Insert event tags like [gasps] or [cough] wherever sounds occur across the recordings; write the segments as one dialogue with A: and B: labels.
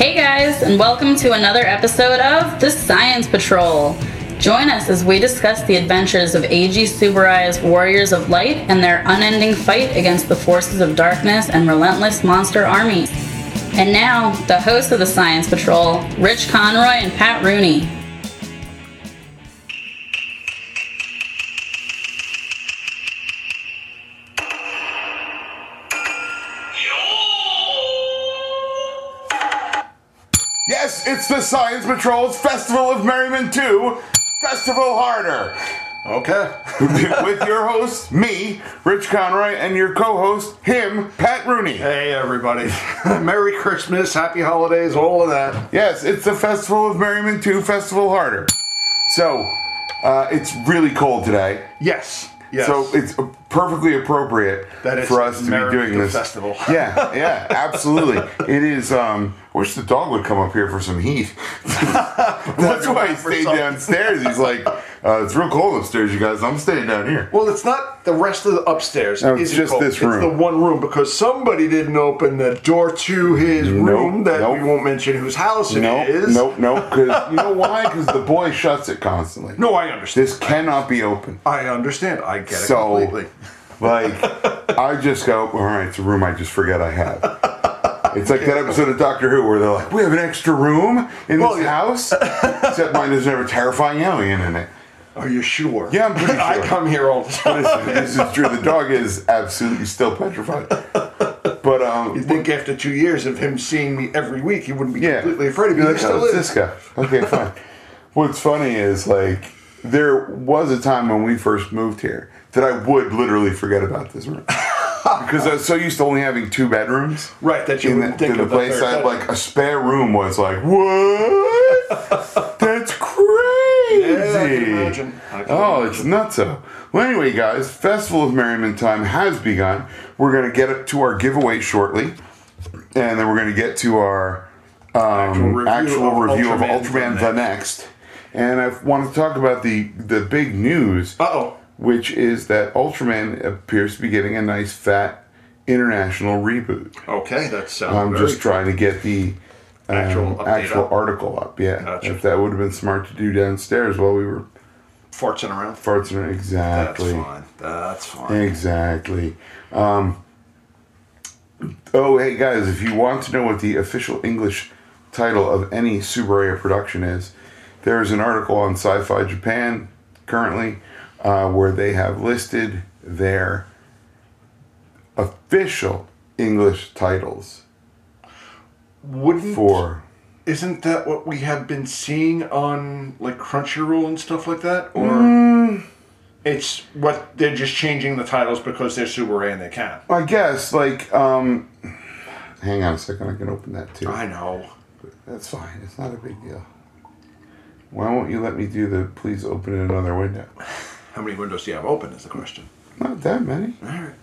A: Hey guys, and welcome to another episode of The Science Patrol. Join us as we discuss the adventures of A.G. Subarai's Warriors of Light and their unending fight against the forces of darkness and relentless monster armies. And now, the hosts of The Science Patrol, Rich Conroy and Pat Rooney.
B: Yes, it's the Science Patrol's Festival of Merriment 2, Festival Harder.
C: [laughs]
B: Okay. With your host, me, Rich Conroy, and your co host, him, Pat Rooney.
C: Hey everybody. [laughs] Merry Christmas, happy holidays, all of that.
B: Yes, it's the Festival of Merriment 2, Festival Harder. So, uh, it's really cold today.
C: Yes. Yes.
B: So
C: [laughs]
B: it's perfectly appropriate
C: That it's
B: for us to be
C: Merriment
B: doing
C: the
B: this
C: festival.
B: [laughs] Yeah, yeah, absolutely. it is. Um, I wish the dog would come up here for
C: [laughs]
B: some heat. That's why he
C: For
B: stayed
C: something.
B: downstairs. He's like, uh, it's real cold upstairs, you guys. I'm staying down here.
C: well, it's not the rest of the upstairs.
B: No, it's
C: is
B: just
C: cold.
B: this room.
C: It's the one room because somebody didn't open the door to his room that
B: nope.
C: we won't mention whose house it is.
B: No, no, no. Because [laughs] you know why? Because the boy shuts it constantly.
C: No, I understand.
B: this cannot be open.
C: I understand. I get it
B: So,
C: completely.
B: like, I just go, all right, it's a room I just forget I have. It's like that episode of Doctor Who where they're like, we have an extra room in
C: Well,
B: this
C: yeah.
B: house, except mine is never terrifying alien in it.
C: Are you sure?
B: Yeah, I'm pretty
C: [laughs]
B: sure.
C: I come here all the time.
B: this, this is true. The dog is absolutely still petrified. But um,
C: You think after two years of him seeing me every week, he wouldn't be
B: yeah,
C: completely afraid of me.
B: You're
C: He
B: Like,
C: still
B: oh, it's
C: is.
B: this
C: [laughs]
B: guy. Okay, fine. What's funny is like there was a time when we first moved here that I would literally forget about
C: [laughs]
B: this room because I was so used to only having two bedrooms.
C: Right, that you
B: in the,
C: wouldn't think
B: in the
C: of the
B: place
C: third
B: I had
C: bedroom.
B: like a spare room was like
C: [laughs]
B: what? That's crazy.
C: Yeah, I can imagine. I can
B: oh,
C: imagine.
B: it's nutso. Well, anyway, guys, Festival of Merriment time has begun. We're gonna get up to our giveaway shortly, and then we're gonna get to our um,
C: review
B: actual
C: of
B: review of
C: Ultraman
B: Ultraman
C: the
B: the Next. And I want to talk about the the big news,
C: Uh-oh.
B: which is that Ultraman appears to be getting a nice fat international reboot.
C: Okay, that sounds
B: I'm
C: very
B: just trying to get the um,
C: Actual
B: actual,
C: update Uh, up.
B: article up. Yeah,
C: Gotcha.
B: if that would have been smart to do downstairs while we were
C: farting around.
B: farting.
C: That's
B: Exactly.
C: fine. That's fine.
B: Exactly. Um, oh, hey guys, if you want to know what the official English title of any Subaraya production is, there is an article on Sci Fi Japan currently uh, where they have listed their official English titles
C: Wouldn't
B: for.
C: isn't that what we have been seeing on like Crunchyroll and stuff like that? Or
B: Hmm.
C: it's what they're just changing the titles because they're Subaru and they can.
B: I guess, like, um, hang on a second, I can open that too.
C: I know.
B: That's fine. It's not a big deal. Why won't you let me do the please open another window?
C: How many windows do you have open is the question.
B: Not that many.
C: All right.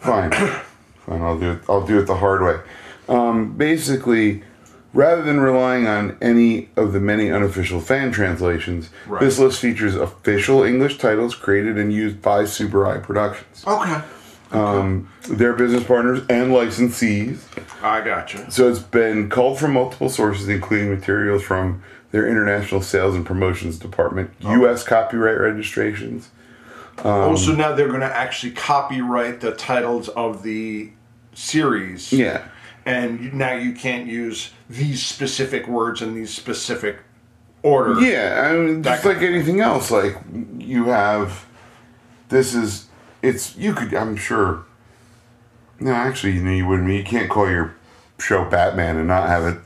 B: Fine. [coughs] Fine, I'll do it I'll do it the hard way. Um, basically, rather than relying on any of the many unofficial fan translations,
C: Right.
B: this list features official English titles created and used by Super Eye Productions,
C: Okay.
B: their business partners and licensees.
C: I gotcha.
B: So it's been called from multiple sources, including materials from their international sales and promotions department, U.S. copyright registrations.
C: also now they're gonna actually copyright the titles of the series.
B: Yeah.
C: And you- now you can't use these specific words in these specific order.
B: Yeah, I mean, just
C: kind
B: like anything else, like you have, this is, it's you could, I'm sure. No, actually, you know, you wouldn't. You can't call your show Batman and not have it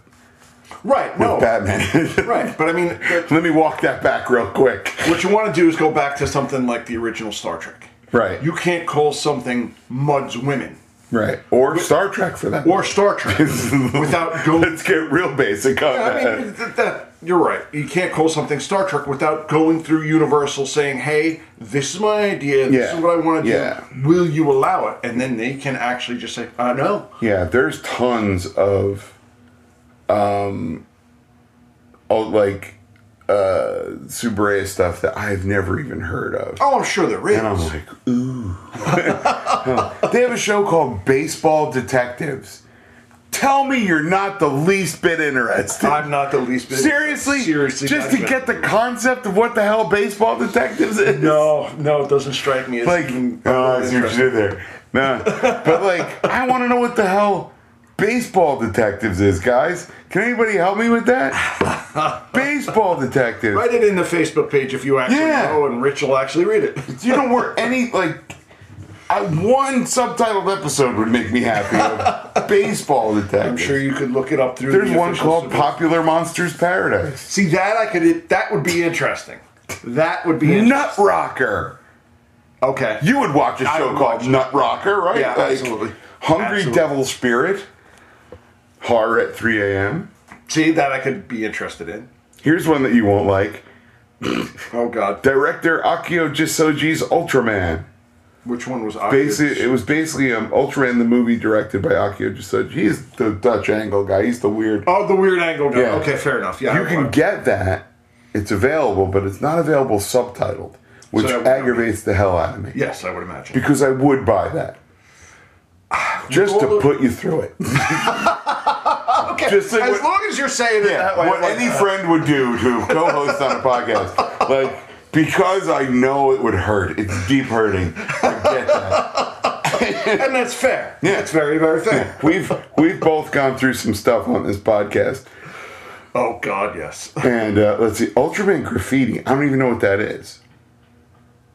C: Right, no.
B: Batman.
C: Oh.
B: [laughs]
C: Right. But I mean that-
B: Let me walk that back real quick.
C: What you want to do is go back to something like the original Star Trek.
B: Right.
C: You can't call something Mud's Women
B: Right. Or Star Trek for that.
C: or Star
B: [laughs]
C: Trek without going.
B: let's get real basic on
C: I
B: that.
C: mean, that, that, you're right. You can't call something Star Trek without going through Universal saying, hey, this is my idea, this
B: Yeah.
C: is what I want to
B: Yeah.
C: do. Will you allow it? And then they can actually just say, uh, no.
B: Yeah, there's tons of, um, all, like, uh, Subaraya stuff that I've never even heard of.
C: Oh, I'm sure there is.
B: And I'm like, [laughs] ooh. they have a show called Baseball Detectives. Tell me you're not the least bit interested.
C: I'm not the least bit.
B: seriously,
C: seriously,
B: just
C: not
B: to
C: even-
B: get the concept of what the hell baseball detectives is.
C: No, no, it doesn't strike me as
B: like,
C: even-
B: oh, I see what you did there. Nah,
C: [laughs]
B: but like, I want to know what the hell baseball detectives is, guys. Can anybody help me with that?
C: [laughs]
B: baseball detectives.
C: Write it in the Facebook page if you actually
B: Yeah.
C: know, and Rich will actually read it. [laughs]
B: You know where any like I, one subtitled episode would make me happy.
C: [laughs]
B: Of baseball detective.
C: I'm sure you could look it up through.
B: There's
C: the
B: one
C: official
B: called
C: submit-
B: Popular Monsters Paradise.
C: See that I could. That would be interesting. That would be interesting.
B: Nut Rocker.
C: Okay.
B: You would watch a
C: I
B: show
C: would
B: called
C: watch it.
B: Nut Rocker, right?
C: Yeah, absolutely.
B: Hungry
C: Absolutely.
B: Devil Spirit. Horror at 3 a.m.
C: See that I could be interested in.
B: Here's one that you won't like.
C: Oh God.
B: Director Akio Jisoji's Ultraman.
C: Which one was I?
B: Basically, it was basically um, Ultraman the movie directed by Akio Jisoji. He's the Dutch angle guy. He's the weird
C: Oh, the weird angle guy.
B: Yeah.
C: Okay, fair enough. Yeah.
B: You can get that. It's available, but it's not available subtitled, which
C: So that would-
B: aggravates the hell out of me.
C: Yes, I would imagine.
B: Because I would buy
C: [sighs]
B: that. Just to
C: Well,
B: put you through
C: [laughs]
B: it.
C: okay.
B: just say
C: as
B: what-
C: long as you're saying it
B: Yeah,
C: that way.
B: what
C: like uh,
B: any
C: that.
B: friend would do to co-host on
C: [laughs]
B: a podcast, like because I know it would hurt. It's deep hurting. I get
C: [laughs]
B: that.
C: and that's fair.
B: Yeah.
C: That's very, very fair.
B: [laughs] We've we've both gone through some stuff on this podcast,
C: Oh God, yes.
B: and uh, let's see, Ultraman graffiti. I don't even know what that is.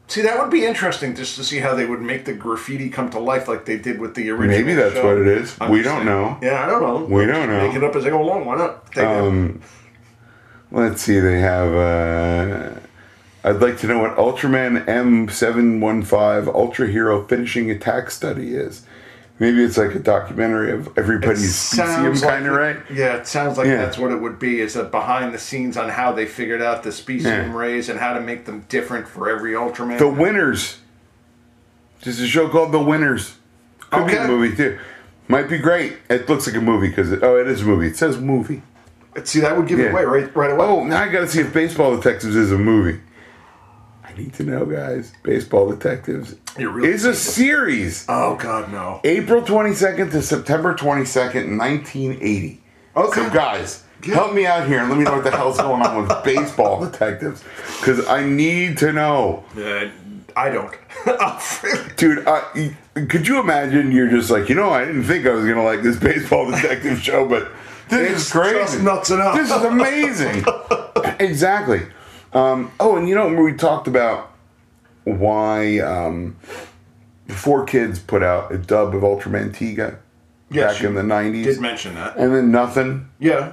C: See, that would be interesting just to see how they would make the graffiti come to life like they did with the original.
B: Maybe that's
C: show.
B: what it is.
C: I'm
B: We
C: just
B: don't
C: saying.
B: know.
C: Yeah, I don't know.
B: We don't know. Um,
C: Make it up as they go along. Why not? Take it.
B: Let's see, they have. Uh, I'd like to know what Ultraman M715 Ultra Hero Finishing Attack Study is. Maybe it's like a documentary of everybody's specium,
C: Sounds like
B: kind of right?
C: Yeah, it sounds like
B: Yeah.
C: that's what it would be. Is a behind the scenes on how they figured out the specium
B: Yeah.
C: rays and how to make them different for every Ultraman.
B: The Winners. There's a show called The Winners. Could be a
C: Okay.
B: movie too. Might be great. It looks like a movie because it, oh, it is a movie. It says movie.
C: see, that would give
B: Yeah.
C: it away right right away.
B: Oh, now I got to see if Baseball Detectives is a movie. I need to know, guys. Baseball Detectives
C: You're really
B: is a series.
C: Oh God, no.
B: April 22nd to September 22nd, 1980.
C: Okay.
B: So, guys, help me out here and let me know what the hell's going on with baseball detectives because I need to know.
C: Uh, I don't. [laughs] Oh,
B: Dude, I, could you imagine you're just like, you know, I didn't think I was going to like this baseball [laughs] detective show, but this
C: It's
B: is crazy.
C: just nuts enough.
B: This is amazing. exactly. Um, oh, and you know, we talked about why um, Four Kids put out a dub of Ultraman Tiga
C: Yes,
B: back
C: you
B: in the 90s.
C: did mention that.
B: and then nothing.
C: Yeah.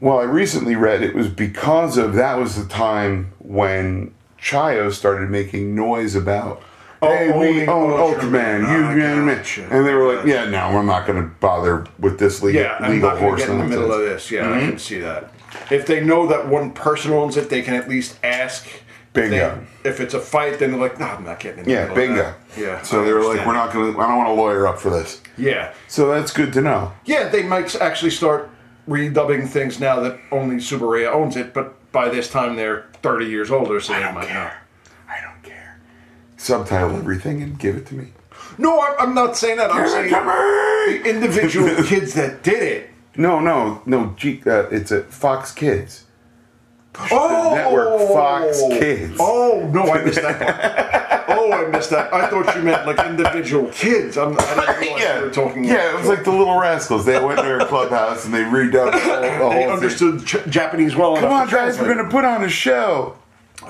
B: Well, I recently read it was because of that was the time when Chayo started making noise about.
C: Oh,
B: Hey, we
C: owning
B: own Ultraman.
C: Ultraman. Ah,
B: You, you know what I mean?
C: gotcha.
B: And they were like, "Yeah, no, we're not going to bother with this legal,
C: Yeah, I'm
B: legal
C: not gonna
B: horse
C: get in the
B: nonsense."
C: middle of this. Yeah,
B: Mm-hmm.
C: I can see that. If they know that one person owns it, they can at least ask. If, they-
B: Bingo.
C: if it's a fight, then they're like, "No, I'm not getting in." The
B: yeah,
C: middle of
B: bingo.
C: that." Yeah.
B: So
C: I
B: they were like,
C: understand.
B: "We're not going to. I don't want to lawyer up for this."
C: Yeah,
B: So that's good to know.
C: yeah. They might actually start redubbing things now that only Subaraya owns it, but by this time they're 30 years older, so they
B: I don't
C: might not.
B: care. I don't care. Subtitle everything and give it to me.
C: No, I'm, I'm not saying that. I'm saying
B: To me!
C: individual [laughs] kids that did it.
B: No, no, no. G, uh, it's a Fox Kids.
C: Oh,
B: network Fox Kids.
C: Oh no, I missed that part. oh, I missed that. I thought you meant like individual kids. I'm, I didn't realize
B: yeah,
C: you were talking.
B: yeah, it was like the Little Rascals. They went to their
C: [laughs]
B: clubhouse and they redubbed the whole, the whole
C: they
B: thing.
C: understood Ch- Japanese well
B: Come on,
C: enough.
B: guys, we're gonna put on a show.
C: Oh,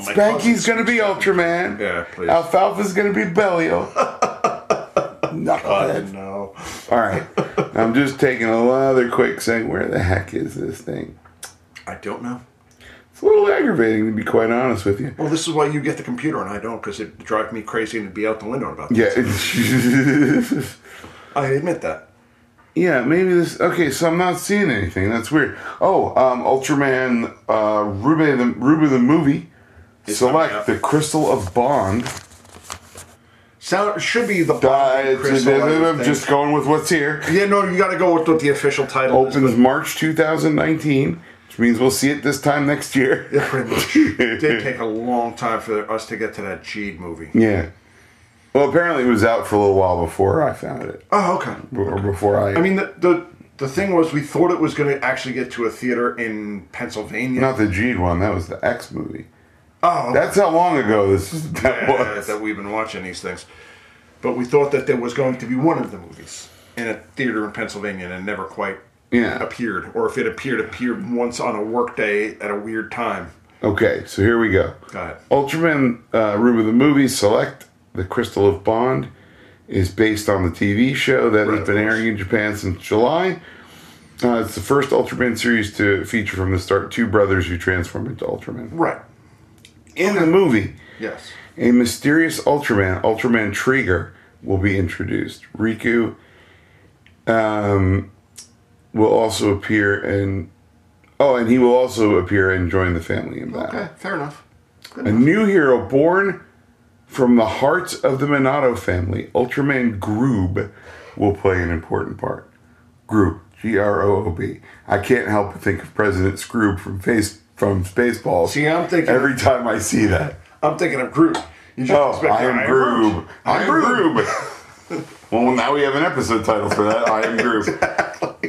B: Spanky's gonna be Ultraman.
C: Yeah, please.
B: Alfalfa's gonna
C: [laughs]
B: be Belial. Knucklehead.
C: No.
B: All right, I'm just taking another quick second. Where the heck is this thing?
C: I don't know.
B: It's a little aggravating, to be quite honest with you.
C: Well, this is why you get the computer and I don't, because it drive me crazy and it'd be out the window in about.
B: Yeah. [laughs]
C: this.
B: it's-
C: I admit that.
B: Yeah, maybe this. Okay, so I'm not seeing anything. That's weird. Oh, um, Ultraman, uh, Ruby the Ruby the movie.
C: coming up.
B: Select the Crystal of Bond.
C: Sound should be the
B: Uh,
C: Bond
B: it's-
C: crystal, I would think.
B: just going with what's here.
C: yeah, no, you got to go with what the official title. is,
B: Opens March 2019, which means we'll see it this time next year.
C: [laughs] Yeah, pretty much. it did take a long time for us to get to that Jeed movie.
B: [laughs] Yeah. Well, apparently it was out for a little while before I found it,
C: Oh, okay.
B: or before I.
C: I mean, the, the the thing was, we thought it was going to actually get to a theater in Pennsylvania.
B: not the G'd one. That was the X movie.
C: oh, okay.
B: That's how long ago this [laughs] that
C: Uh,
B: was.
C: that we've been watching these things. But we thought that there was going to be one of the movies in a theater in Pennsylvania, and it never quite
B: Yeah.
C: appeared. Or if it appeared, appeared once on a workday at a weird time.
B: Okay, so here we go.
C: Go ahead.
B: Ultraman uh, Room of the Movie Select, The Crystal of Bond, is based on the TV show that
C: Right,
B: has
C: of
B: been
C: course.
B: airing in Japan since July. Uh, it's the first Ultraman series to feature from the start two brothers who transform into Ultraman.
C: Right.
B: In the movie,
C: Yes.
B: a mysterious Ultraman, Ultraman Trigger, will be introduced. Riku um, will also appear in. Oh, and he will also appear and join the family in battle.
C: Okay. Fair enough.
B: A new hero born from the hearts of the Minato family, Ultraman Groob, will play an important part. Groob, G R O O B. I can't help but think of President Scroob from Face from Spaceballs.
C: See, I'm thinking-
B: every time I see that.
C: I'm thinking of Groot. You just
B: Oh,
C: expect
B: I am Groob. I am Groob. [laughs] well, now we have an episode title for that. I am Groob.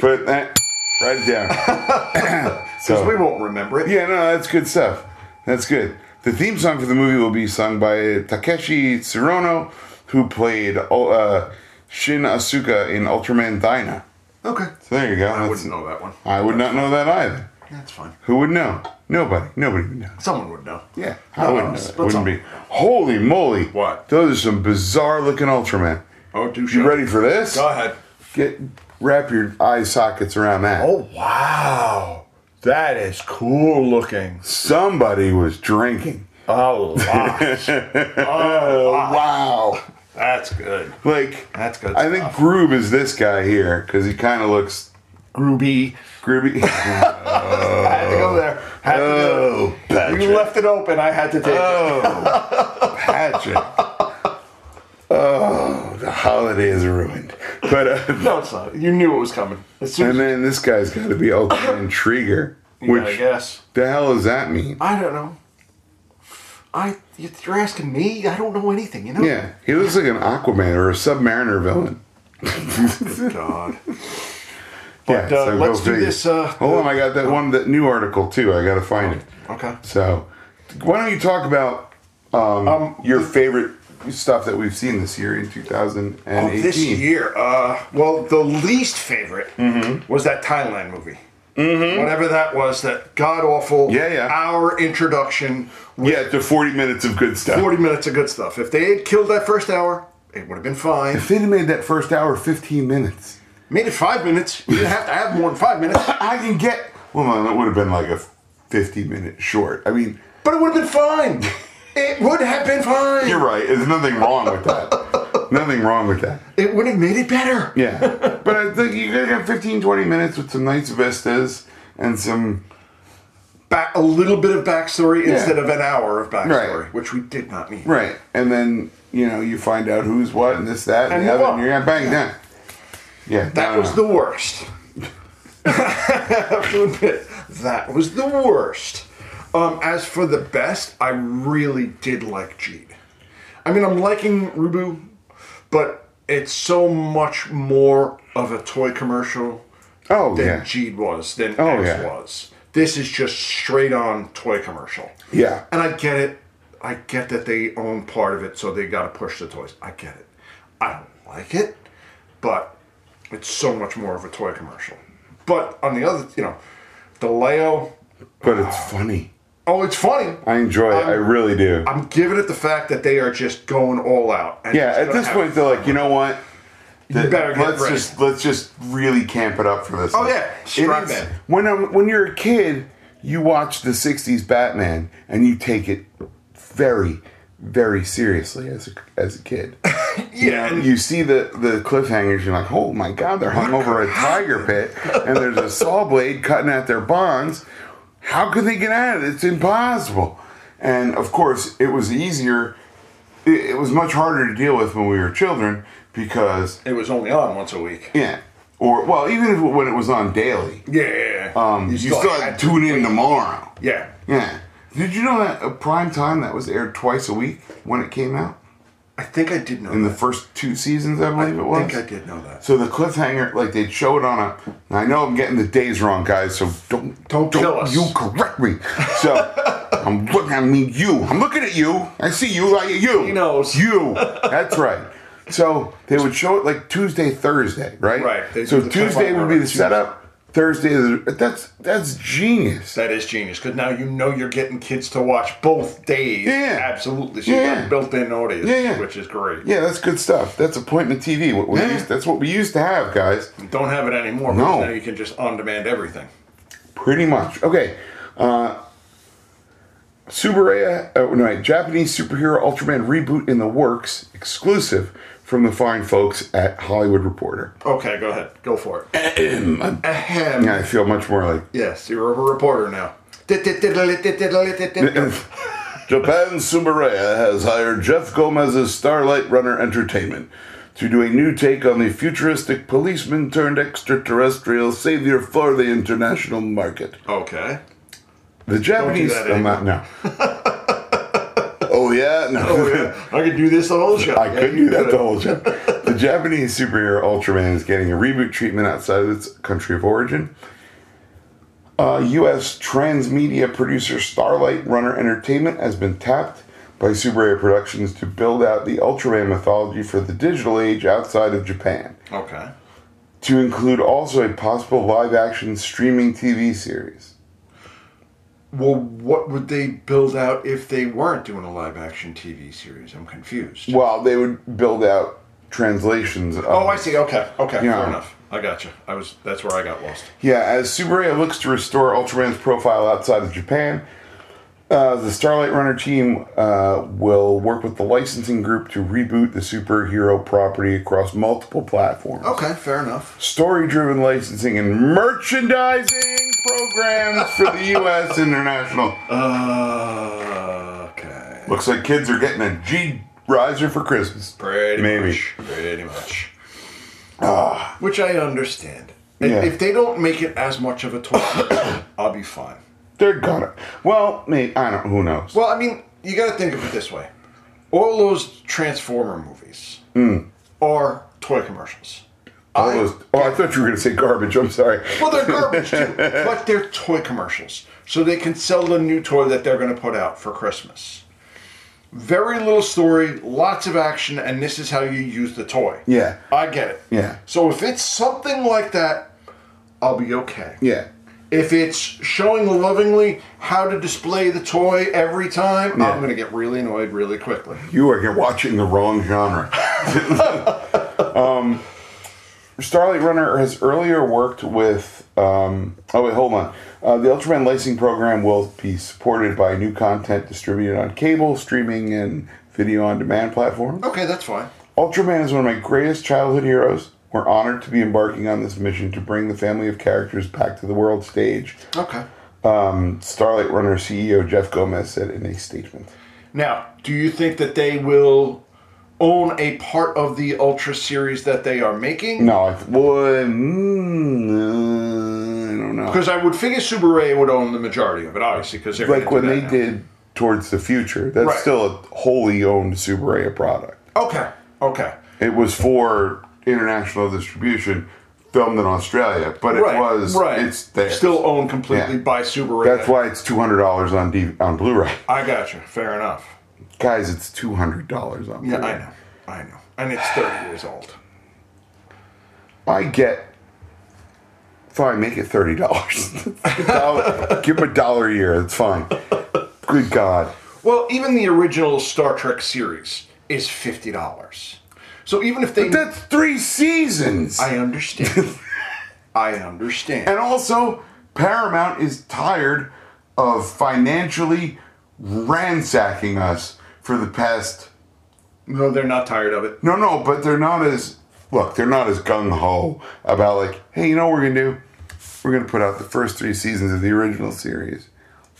C: [laughs]
B: Put that right down. [clears throat]
C: Because we won't remember it.
B: Yeah, no, that's good stuff. That's good. The theme song for the movie will be sung by Takeshi Tsurono, who played uh, Shin Asuka in Ultraman Dyna.
C: Okay.
B: So there you go.
C: I
B: That's-
C: wouldn't know that one.
B: I would not know that either.
C: That's fine.
B: Who would know? Nobody. Nobody would know.
C: Someone would know.
B: Yeah, I
C: No,
B: wouldn't know.
C: but
B: It wouldn't
C: some-
B: be. Holy moly!
C: What?
B: Those are some bizarre looking Ultraman.
C: Oh, do
B: You ready for this?
C: Go ahead.
B: Get wrap your eye sockets around that.
C: Oh wow, that is cool looking.
B: Somebody was drinking.
C: A lot.
B: [laughs] Oh wow!
C: That's good.
B: Like
C: That's good.
B: I think Groob is this guy here because he kind of looks
C: Groovy.
B: Grooby. [laughs]
C: I had to go there. Had to go.
B: oh, Patrick.
C: You left it open. I had to take it.
B: Oh, Patrick. Oh, the holiday is ruined. But uh,
C: No, it's not. You knew it was coming. As soon
B: and
C: as
B: then this guy's got to be Ultraman Trigger,
C: you gotta
B: which
C: guess.
B: the hell does that mean?
C: I don't know. I you're asking me. I don't know anything. You know.
B: Yeah, he looks like an Aquaman or a Submariner villain.
C: God.
B: yeah,
C: But uh,
B: so go
C: let's do
B: figure.
C: this. Uh,
B: Hold on, I got that one, that new article too. I got to find it.
C: okay.
B: So, why don't you talk about um,
C: Um,
B: your favorite stuff that we've seen this year in 2018?
C: Of this year, uh, well, the least favorite
B: Mm-hmm.
C: was that Thailand movie. Whatever that was, that god awful
B: Yeah, yeah.
C: hour introduction with
B: Yeah, to 40 minutes of good stuff.
C: 40 minutes of good stuff. If they had killed that first hour, it would have been fine.
B: If they'd have made that first hour 15 minutes,
C: Made it five minutes. You didn't have to have more than five minutes,
B: I can get. Well, no, that would have been like a 50 minute short. I mean,
C: but it would have been
B: [laughs]
C: fine. It would have been fine.
B: you're right. There's nothing wrong with that. nothing wrong with that.
C: It would have made it better.
B: Yeah. But I think you could have 15, 20 minutes with some nice vistas and some.
C: Back, a little bit of backstory
B: Yeah.
C: instead of an hour of backstory,
B: Right.
C: which we did not need.
B: Right. And then, you know, you find out who's what and this, that, and,
C: And
B: the
C: move
B: other,
C: on.
B: and you're bang, done. Yeah.
C: That was the worst. [laughs] I have to admit, that was the worst. Um, as for the best, I really did like Jeet. I mean, I'm liking Rubu, but it's so much more of a toy commercial
B: the. Oh,
C: than
B: yeah.
C: Jeed was, than
B: Oh,
C: X
B: yeah.
C: was. This is just straight on toy commercial.
B: Yeah.
C: And I get it. I get that they own part of it, so they got to push the toys. I get it. I don't like it, but it's so much more of a toy commercial. But on the other, you know, the Leo.
B: But it's funny.
C: Oh, it's funny.
B: I enjoy it. I really do.
C: I'm giving it the fact that they are just going all out. And
B: yeah,
C: just
B: at
C: gonna
B: this
C: have-
B: point they're like, you know what? The-
C: better get
B: let's
C: ready.
B: just let's just really camp it up for this. Oh
C: yeah. Strap in.
B: When I'm, when you're a kid, you watch the '60s Batman and you take it very, very seriously as a, as a kid.
C: yeah, and
B: you see the the cliffhangers, you're like, oh my god, they're hung over [laughs] a tiger pit, and there's a saw blade cutting at their bonds. How can they get at it? It's impossible. And of course, it was easier. It, it was much harder to deal with when we were children because
C: it was only on once a week.
B: yeah, or well, even if, when it was on daily,
C: Yeah, yeah, yeah.
B: um, you, still had to tune in tomorrow.
C: yeah.
B: Yeah. Did you know that uh, prime time that was aired twice a week when it came out?
C: I think I did know
B: in the
C: that.
B: first two seasons, I believe it was.
C: I think I did know that.
B: So the cliffhanger, like they'd show it on a. and I know I'm getting the days wrong, guys. So don't
C: Don't kill us.
B: You correct me. So
C: [laughs]
B: I'm looking. I mean, you. I'm looking at you. I see you. Like you.
C: He knows. [laughs]
B: You. That's right. So they would show it like Tuesday, Thursday, right?
C: Right. They
B: so
C: do the
B: Tuesday would be
C: cliffhanger
B: the
C: on
B: setup. Thursday, is the- that's that's genius.
C: That is genius because now you know you're getting kids to watch both days.
B: Yeah.
C: absolutely. So you got
B: Yeah.
C: a built-in audience,
B: Yeah, yeah.
C: which is great.
B: Yeah, that's good stuff. That's appointment TV. What we
C: Yeah.
B: used, that's what we used to have, guys.
C: Don't have it anymore. because
B: No.
C: now you can just on-demand everything.
B: Pretty much. Okay. Uh, Subaraya, oh, no, wait, Japanese superhero Ultraman reboot in the works, exclusive from the fine folks at Hollywood Reporter.
C: Okay, go ahead. Go for it. Ahem.
B: Yeah, I feel much more like [laughs]
C: Yes, you're a reporter now.
B: Japan Subaraya has hired Jeff Gomez's Starlight Runner Entertainment to do a new take on the futuristic policeman turned extraterrestrial savior for the international market.
C: Okay. [laughs]
B: The Japanese.
C: that
B: I'm not, no. [laughs] oh, yeah? No.
C: I could do this the whole show.
B: I
C: Yeah,
B: could
C: you
B: do that
C: could.
B: the whole show. The Japanese superhero Ultraman is getting a reboot treatment outside of its country of origin. Uh, U.S. transmedia producer Starlight Runner Entertainment has been tapped by Subaraya Productions to build out the Ultraman mythology for the digital age outside of Japan,
C: Okay.
B: to include also a possible live action streaming TV series.
C: Well, what would they build out if they weren't doing a live-action TV series? I'm confused.
B: Well, they would build out translations. Of
C: Oh, I see. Okay. Okay.
B: Yeah.
C: Fair enough. I got you. I was. That's where I got lost.
B: Yeah, as Subaraya looks to restore Ultraman's profile outside of Japan, uh, the Starlight Runner team uh, will work with the licensing group to reboot the superhero property across multiple platforms.
C: Okay. Fair enough.
B: Story driven licensing and merchandising programs for the U.S. [laughs] international.
C: Uh, okay.
B: Looks like kids are getting a G riser for Christmas.
C: Pretty
B: Maybe.
C: much. Pretty much. Ah. Which I understand. If-
B: Yeah.
C: If they don't make it as much of a [coughs] toy, I'll be fine.
B: They're gonna. Well, maybe. I don't. Who knows?
C: Well, I mean, you got to think of it this way: all those Transformer movies are toy commercials.
B: All those, oh, I thought you were gonna say garbage. I'm sorry.
C: Well, they're garbage too, but they're toy commercials, so they can sell the new toy that they're going to put out for Christmas. Very little story, lots of action, and this is how you use the toy.
B: Yeah.
C: I get it.
B: Yeah.
C: So if it's something like that, I'll be okay.
B: Yeah.
C: If it's showing lovingly how to display the toy every time,
B: Yeah.
C: I'm going to get really annoyed really quickly.
B: You are you're watching the wrong genre. [laughs] um, Starlight Runner has earlier worked with. Um, oh wait, hold on. Uh, the Ultraman licensing program will be supported by new content distributed on cable, streaming, and video on demand platforms.
C: Okay, that's fine.
B: Ultraman is one of my greatest childhood heroes. We're honored to be embarking on this mission to bring the family of characters back to the world stage.
C: Okay.
B: Um, Starlight Runner CEO Jeff Gomez said in a statement.
C: Now, do you think that they will own a part of the Ultra series that they are making?
B: No, I would. Mm, I don't know.
C: Because I would figure Subaru would own the majority of it, obviously, because they're
B: Like
C: gonna
B: when
C: do
B: they
C: that now.
B: did towards the future, that's
C: Right.
B: still a wholly owned Subaraya product.
C: Okay. Okay.
B: It was for international distribution, filmed in Australia, but it
C: right.
B: was
C: right.
B: it's there.
C: still owned completely
B: Yeah.
C: by Subaru.
B: that's why it's two hundred dollars on D- on Blu-ray, [laughs]
C: I got you. Fair enough.
B: guys. It's two hundred dollars on.
C: Yeah,
B: Blu-ray.
C: I know. I know. And it's 30 years old.
B: I get. Fine, make it thirty dollars. [laughs] Give them a dollar a year. It's fine. Good God.
C: Well, even the original Star Trek series is fifty dollars. So even if they,
B: That's three seasons.
C: I
B: [laughs]
C: understand. I understand.
B: And also, Paramount is tired of financially ransacking us for the past.
C: no, they're not tired of it.
B: No, no, but they're not as. Look, they're not as gung ho about, like, hey, you know what we're going to do? We're going to put out the first three seasons of the original series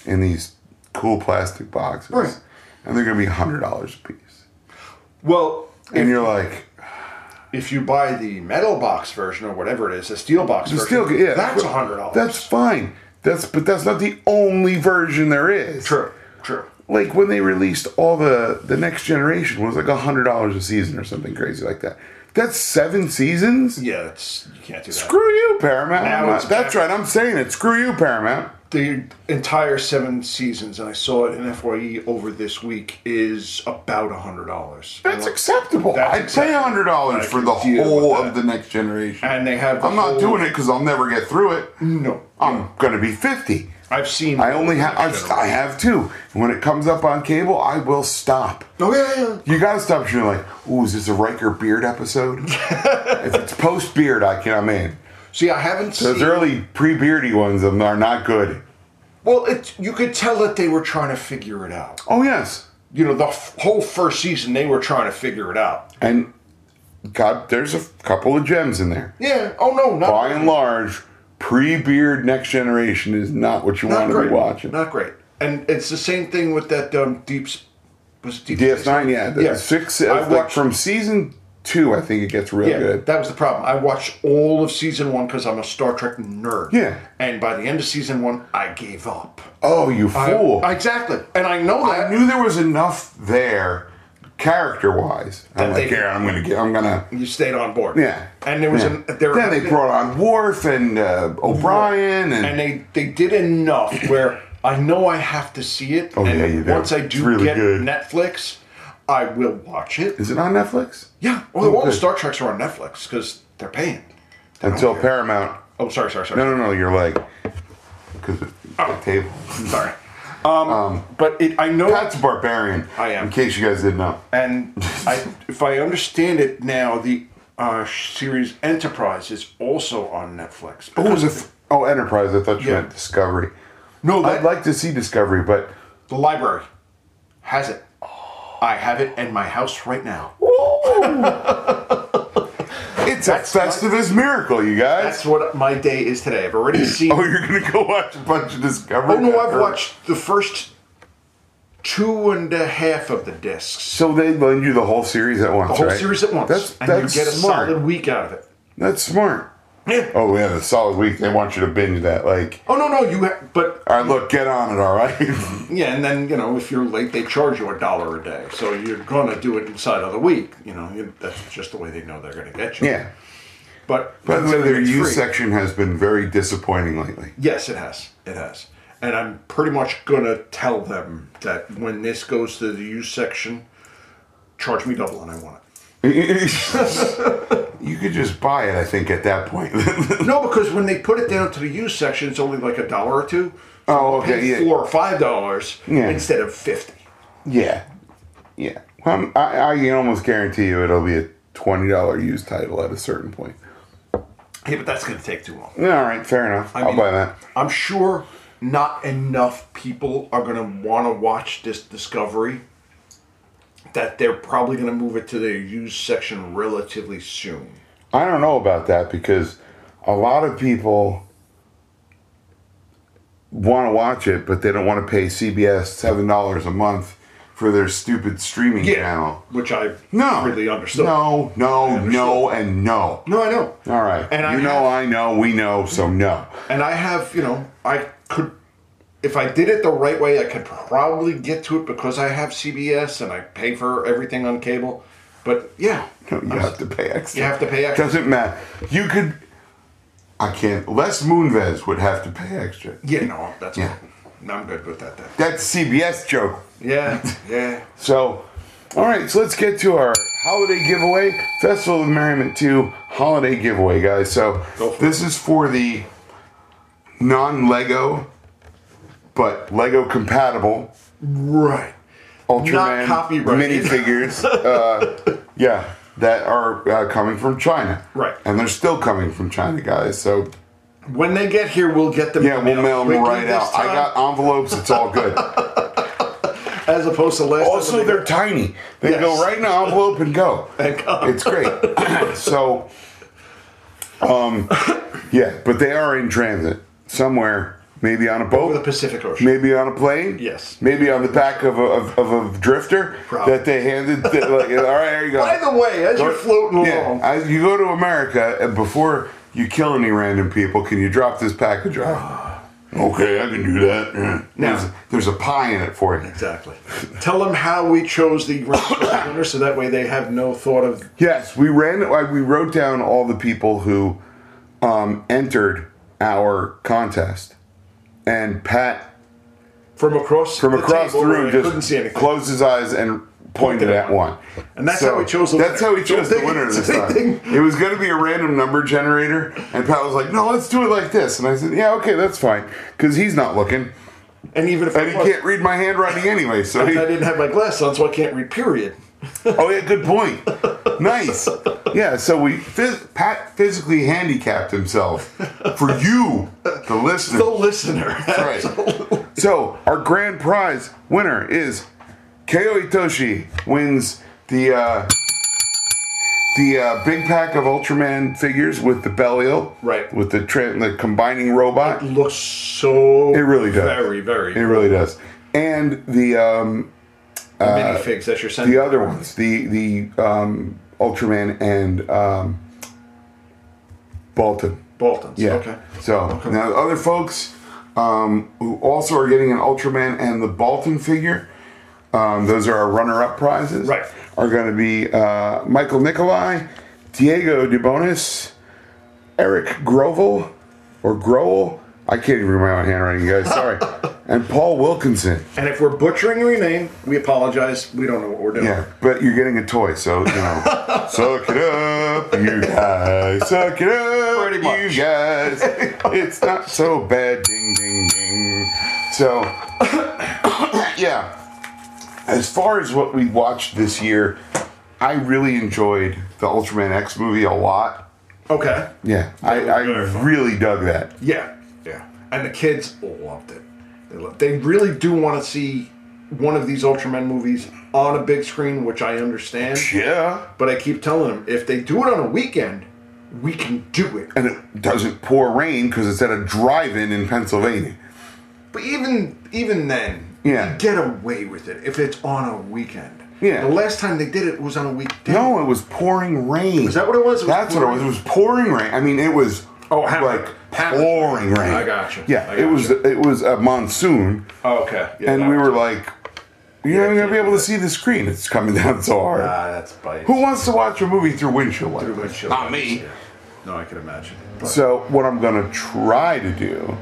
B: in these cool plastic boxes.
C: Right.
B: And they're going to be $100 a piece.
C: Well,
B: And you're like,
C: if you buy the metal box version or whatever it is, the steel box
B: the
C: version,
B: steel, yeah.
C: that's hundred dollars.
B: That's fine. That's, but that's not the only version there is.
C: true. True.
B: like when they released all the the next generation was like a hundred dollars a season or something crazy like that. That's seven seasons.
C: Yeah, it's, you can't do that.
B: Screw you, Paramount.
C: Now
B: I'm not-
C: it's
B: that's right.
C: Paramount.
B: I'm saying it. Screw you, Paramount.
C: the entire seven seasons, and I saw it in FYE over this week, is about a hundred dollars.
B: That's acceptable.
C: That's
B: I'd pay
C: acceptable.
B: hundred dollars
C: I
B: for the
C: can deal
B: whole
C: with
B: of
C: that.
B: the next generation.
C: And they have. the
B: I'm not
C: whole-
B: doing it because I'll never get through it.
C: No,
B: I'm gonna be fifty.
C: I've seen.
B: I only have I, I have two. And when it comes up on cable, I will stop.
C: Oh yeah, yeah.
B: You gotta stop. 'cause You're like, ooh, is this a Riker
C: [laughs]
B: Beard episode? if it's post Beard, I can. I'm in.
C: See, I haven't
B: Those
C: seen.
B: early pre-beardy ones um, are not good.
C: well, it you could tell that they were trying to figure it out.
B: Oh yes,
C: You know, the f- whole first season they were trying to figure it out.
B: and God, there's a couple of gems in there.
C: Yeah. Oh no, not
B: By and large, pre-beard Next Generation is not what you
C: not
B: want to
C: great.
B: be watching.
C: Not great. And it's the same thing with that um, deep. s- Was it deep? Space
B: DS9,
C: Nine?
B: yeah, the
C: Yeah.
B: six. uh,
C: I
B: like,
C: watched-
B: from season two. I think it gets real
C: Yeah,
B: good.
C: that was the problem. I watched all of season one because I'm a Star Trek nerd.
B: Yeah.
C: And by the end of season one, I gave up.
B: oh, you
C: I-
B: fool!
C: I- exactly. And I know that.
B: I knew there was enough there, character-wise. I'm
C: That
B: like,
C: they-
B: yeah, I'm gonna get. I'm gonna.
C: you stayed on board.
B: Yeah.
C: And there was
B: yeah.
C: an there
B: then they brought on Worf and uh, O'Brien and,
C: and they they did enough where I know I have to see it.
B: Oh,
C: and
B: yeah, you do.
C: Once I
B: It's
C: do
B: really
C: get
B: good.
C: Netflix, I will watch it.
B: is it on Netflix?
C: Yeah. Well, all the
B: good.
C: Star Treks are on Netflix because they're paying.
B: Until Paramount.
C: Oh, sorry, sorry, sorry.
B: No, no, no. You're like because
C: Oh.
B: the table.
C: Sorry. Um, but it, I know
B: That's barbarian.
C: I am.
B: In case you guys didn't know.
C: And I, if I understand it now, the uh, series Enterprise is also on Netflix.
B: Who was a f- oh Enterprise? I thought you
C: Yeah.
B: meant Discovery.
C: No, that-
B: I'd like to see Discovery, but
C: The library has it. I have it in my house right now.
B: it's a Festivus miracle, you guys.
C: That's what my day is today. I've already
B: [clears throat]
C: seen.
B: Oh, you're gonna go watch a bunch of Discovery?
C: oh no, I've
B: Or-
C: watched the first two and a half of the discs.
B: So they lend you the whole series at once,
C: The whole
B: right?
C: series at once,
B: That's
C: and
B: that's
C: you get a
B: smart.
C: solid week out of it.
B: That's smart.
C: Yeah.
B: Oh yeah, the solid week. They want you to binge that. Like,
C: Oh no, no, you. Ha- but
B: all right, look, get on it. All right.
C: Yeah, and then you know if you're late, they charge you a dollar a day, so you're gonna do it inside of the week. You know you- that's just the way they know they're gonna get you.
B: [laughs] yeah.
C: but
B: By the way, their
C: it's
B: youth
C: free.
B: section has been very disappointing
C: [laughs]
B: lately.
C: Yes, it has. It has, and I'm pretty much gonna tell them that when this goes to the youth section, charge me double, and I want it.
B: you could just buy it, I think, at
C: [laughs]
B: that point.
C: No, because when they put it down to the youth section, it's only like a dollar or two.
B: oh,
C: Pay
B: okay. Yeah.
C: four or five dollars
B: Yeah.
C: instead of fifty.
B: Yeah. Yeah. Well, I'm, I, I can almost guarantee you it'll be a $20 used title at a certain point.
C: Yeah, but that's gonna take too long.
B: All right, fair enough. I will
C: mean-
B: buy that.
C: I'm sure not enough people are going to want to watch this discovery that they're probably going to move it to their used section relatively soon.
B: I don't know about that because a lot of people want to watch it, but they don't want to pay CBS $7 a month for their stupid streaming channel.
C: Which I
B: No.
C: really understood.
B: No, no,
C: understood.
B: no, and no.
C: No, I know.
B: All right.
C: And
B: you
C: I
B: know,
C: have-
B: I know, we know, so no.
C: And I have, you know, I could, if I did it the right way, I could probably get to it because I have CBS and I pay for everything on cable. But yeah.
B: No, you have to pay extra.
C: You have to pay extra.
B: Doesn't matter. You could. I can't. Les Moonves would have to pay extra.
C: Yeah, no, that's
B: Yeah.
C: No, I'm good with that then.
B: That's CBS joke.
C: Yeah,
B: [laughs]
C: yeah.
B: So, all right. So let's get to our holiday giveaway, Festival of Merriment Two holiday giveaway, guys. So
C: Go for
B: this is for the non-Lego, but Lego compatible
C: Right.
B: Ultraman
C: copyrighted. [laughs]
B: minifigures. uh, yeah, that are uh, coming from China.
C: Right.
B: And they're still coming from China, guys. So
C: When they get here, we'll get them.
B: yeah,
C: in the
B: we'll mail them
C: quickly
B: right
C: this
B: out. I
C: time,
B: got envelopes. It's
C: [laughs]
B: all good.
C: as opposed to last.
B: also,
C: time when
B: they're tiny. They go
C: Yes.
B: right in an envelope
C: [laughs]
B: and go.
C: And go. [laughs]
B: It's great. so, um, yeah, but they are in transit somewhere. Maybe on a boat.
C: over the Pacific Ocean.
B: Maybe on a plane.
C: Yes.
B: Maybe on the back of a, of, of a drifter
C: Probably.
B: that they handed. the- like, all right, here you go.
C: By the way, as you're floating along,
B: uh, Yeah, as you go
C: [sighs]
B: to America, and before you kill any random people, can you drop this package off? Okay, I can do that. Yeah.
C: Now-
B: there's, there's a pie in it for you.
C: Exactly. Tell them how we chose the grand [coughs] prize winner, so that way they have no thought of
B: Yes, we ran. uh, We wrote down all the people who um, entered our contest, and Pat
C: from across
B: from
C: the
B: across the
C: table where
B: room
C: we
B: just
C: couldn't see anything.
B: closed his eyes and pointed at one.
C: And that's how we chose the
B: That's
C: winner.
B: how we chose
C: Don't
B: the
C: they-
B: winner this
C: they
B: time.
C: think-
B: It was going to be a random number generator, and Pat was like, "No, let's do it like this." And I said, "Yeah, okay, that's fine," because he's not looking,
C: And even if
B: and
C: I
B: he can't read my handwriting
C: [laughs]
B: anyway. So he,
C: I didn't have my glasses on, so I can't read. Period.
B: Oh yeah, good point. Nice. Yeah, so we phys- Pat physically handicapped himself for you, the listener. [laughs]
C: The listener.
B: Right.
C: [laughs]
B: So our grand prize winner is Ko Itoshi wins the uh, the uh, big pack of Ultraman figures with the Belial,
C: Right.
B: With the tra- the combining robot.
C: looks so.
B: It really does.
C: Very, very.
B: It really does. And the um,
C: minifigs that you're sending.
B: uh, the other ones, the the um, Ultraman and um, Bolton.
C: Boltons.
B: Yeah.
C: Okay.
B: So now the other folks um, who also are getting an Ultraman and the Bolton figure, um, those are our runner-up prizes.
C: Right.
B: Are going to be uh, Michael Nikolai, Diego DeBonis, Eric Grovel, or Grohl. I can't even read my own handwriting,
C: [laughs]
B: guys. Sorry. and Paul Wilkinson.
C: And if we're butchering your name, we apologize. We don't know what we're doing.
B: Yeah, but you're getting a toy, so you know, suck it up, you guys. Suck it up,
C: Pretty much.
B: you guys. It's not so bad. Ding, ding, ding. So, [coughs] yeah. As far as what we watched this year, I really enjoyed the Ultraman X movie a lot.
C: Okay.
B: Yeah, I, I
C: Very fun.
B: really dug that.
C: Yeah. Yeah. And the kids loved it. They loved. They really do want to see one of these Ultraman movies on a big screen, which I understand.
B: Yeah,
C: But I keep telling them if they do it on a weekend, we can do it.
B: and it doesn't pour rain because it's at a drive-in in Pennsylvania.
C: But even even then,
B: Yeah.
C: you get away with it if it's on a weekend.
B: Yeah.
C: The last time they did it was on a weekday.
B: No, it was pouring rain. Is
C: that what it was? It was
B: That's what it was. It was pouring rain. I mean, it was
C: Oh, hammer-
B: like
C: hammer-
B: pouring rain.
C: I gotcha.
B: Yeah,
C: I
B: it was
C: gotcha.
B: it was a monsoon,
C: Oh, okay. Yeah,
B: and
C: that
B: we
C: was-
B: were like, "You're not even gonna be able to see the screen. It's coming [laughs] down so hard."
C: Ah, that's bites.
B: Who wants to watch a movie through windshield
C: Through
B: wipers?
C: windshield
B: Not
C: wipers,
B: me.
C: yeah. No, I can imagine. But-
B: So what I'm gonna try to do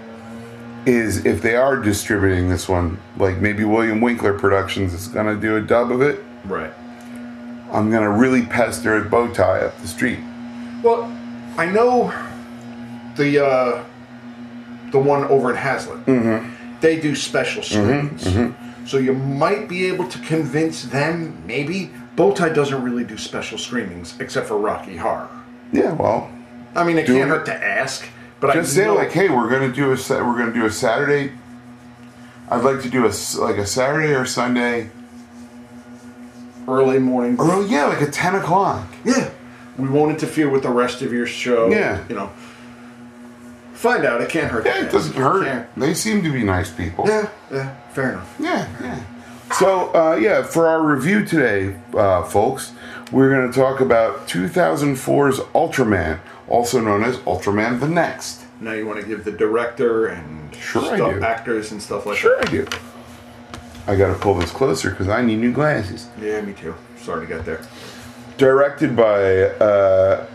B: is, if they are distributing this one, like maybe William Winkler Productions is gonna do a dub of it.
C: right.
B: I'm gonna really pester at Bowtie up the street.
C: Well, I know the uh, the one over in Hazlitt.
B: Mm-hmm.
C: They do special screens, so you might be able to convince them. Maybe Bowtie doesn't really do special screenings except for Rocky Horror.
B: Yeah, well,
C: I mean, it
B: Do
C: can't
B: it.
C: hurt to ask, but
B: just
C: I
B: say
C: know,
B: like, hey, we're gonna do a Sa- we're gonna do a Saturday. I'd like to do a s- like a Saturday or Sunday,
C: early morning.
B: or oh, yeah, like a ten o'clock.
C: Yeah, we won't interfere with the rest of your show.
B: Yeah.
C: you know. Find out. It can't hurt. to
B: Yeah, it
C: ask.
B: doesn't hurt.
C: Can't-
B: They seem to be nice people.
C: Yeah, yeah, fair enough.
B: yeah. yeah. So uh, yeah, for our review today, uh, folks, we're gonna talk about 2004's Ultraman, also known as Ultraman the Next.
C: Now you want to give the director and
B: Sure I
C: stuff,
B: do.
C: actors and stuff like
B: I do. I gotta pull this closer because I need new glasses.
C: that. Yeah, me too. Starting to get there.
B: Directed by uh,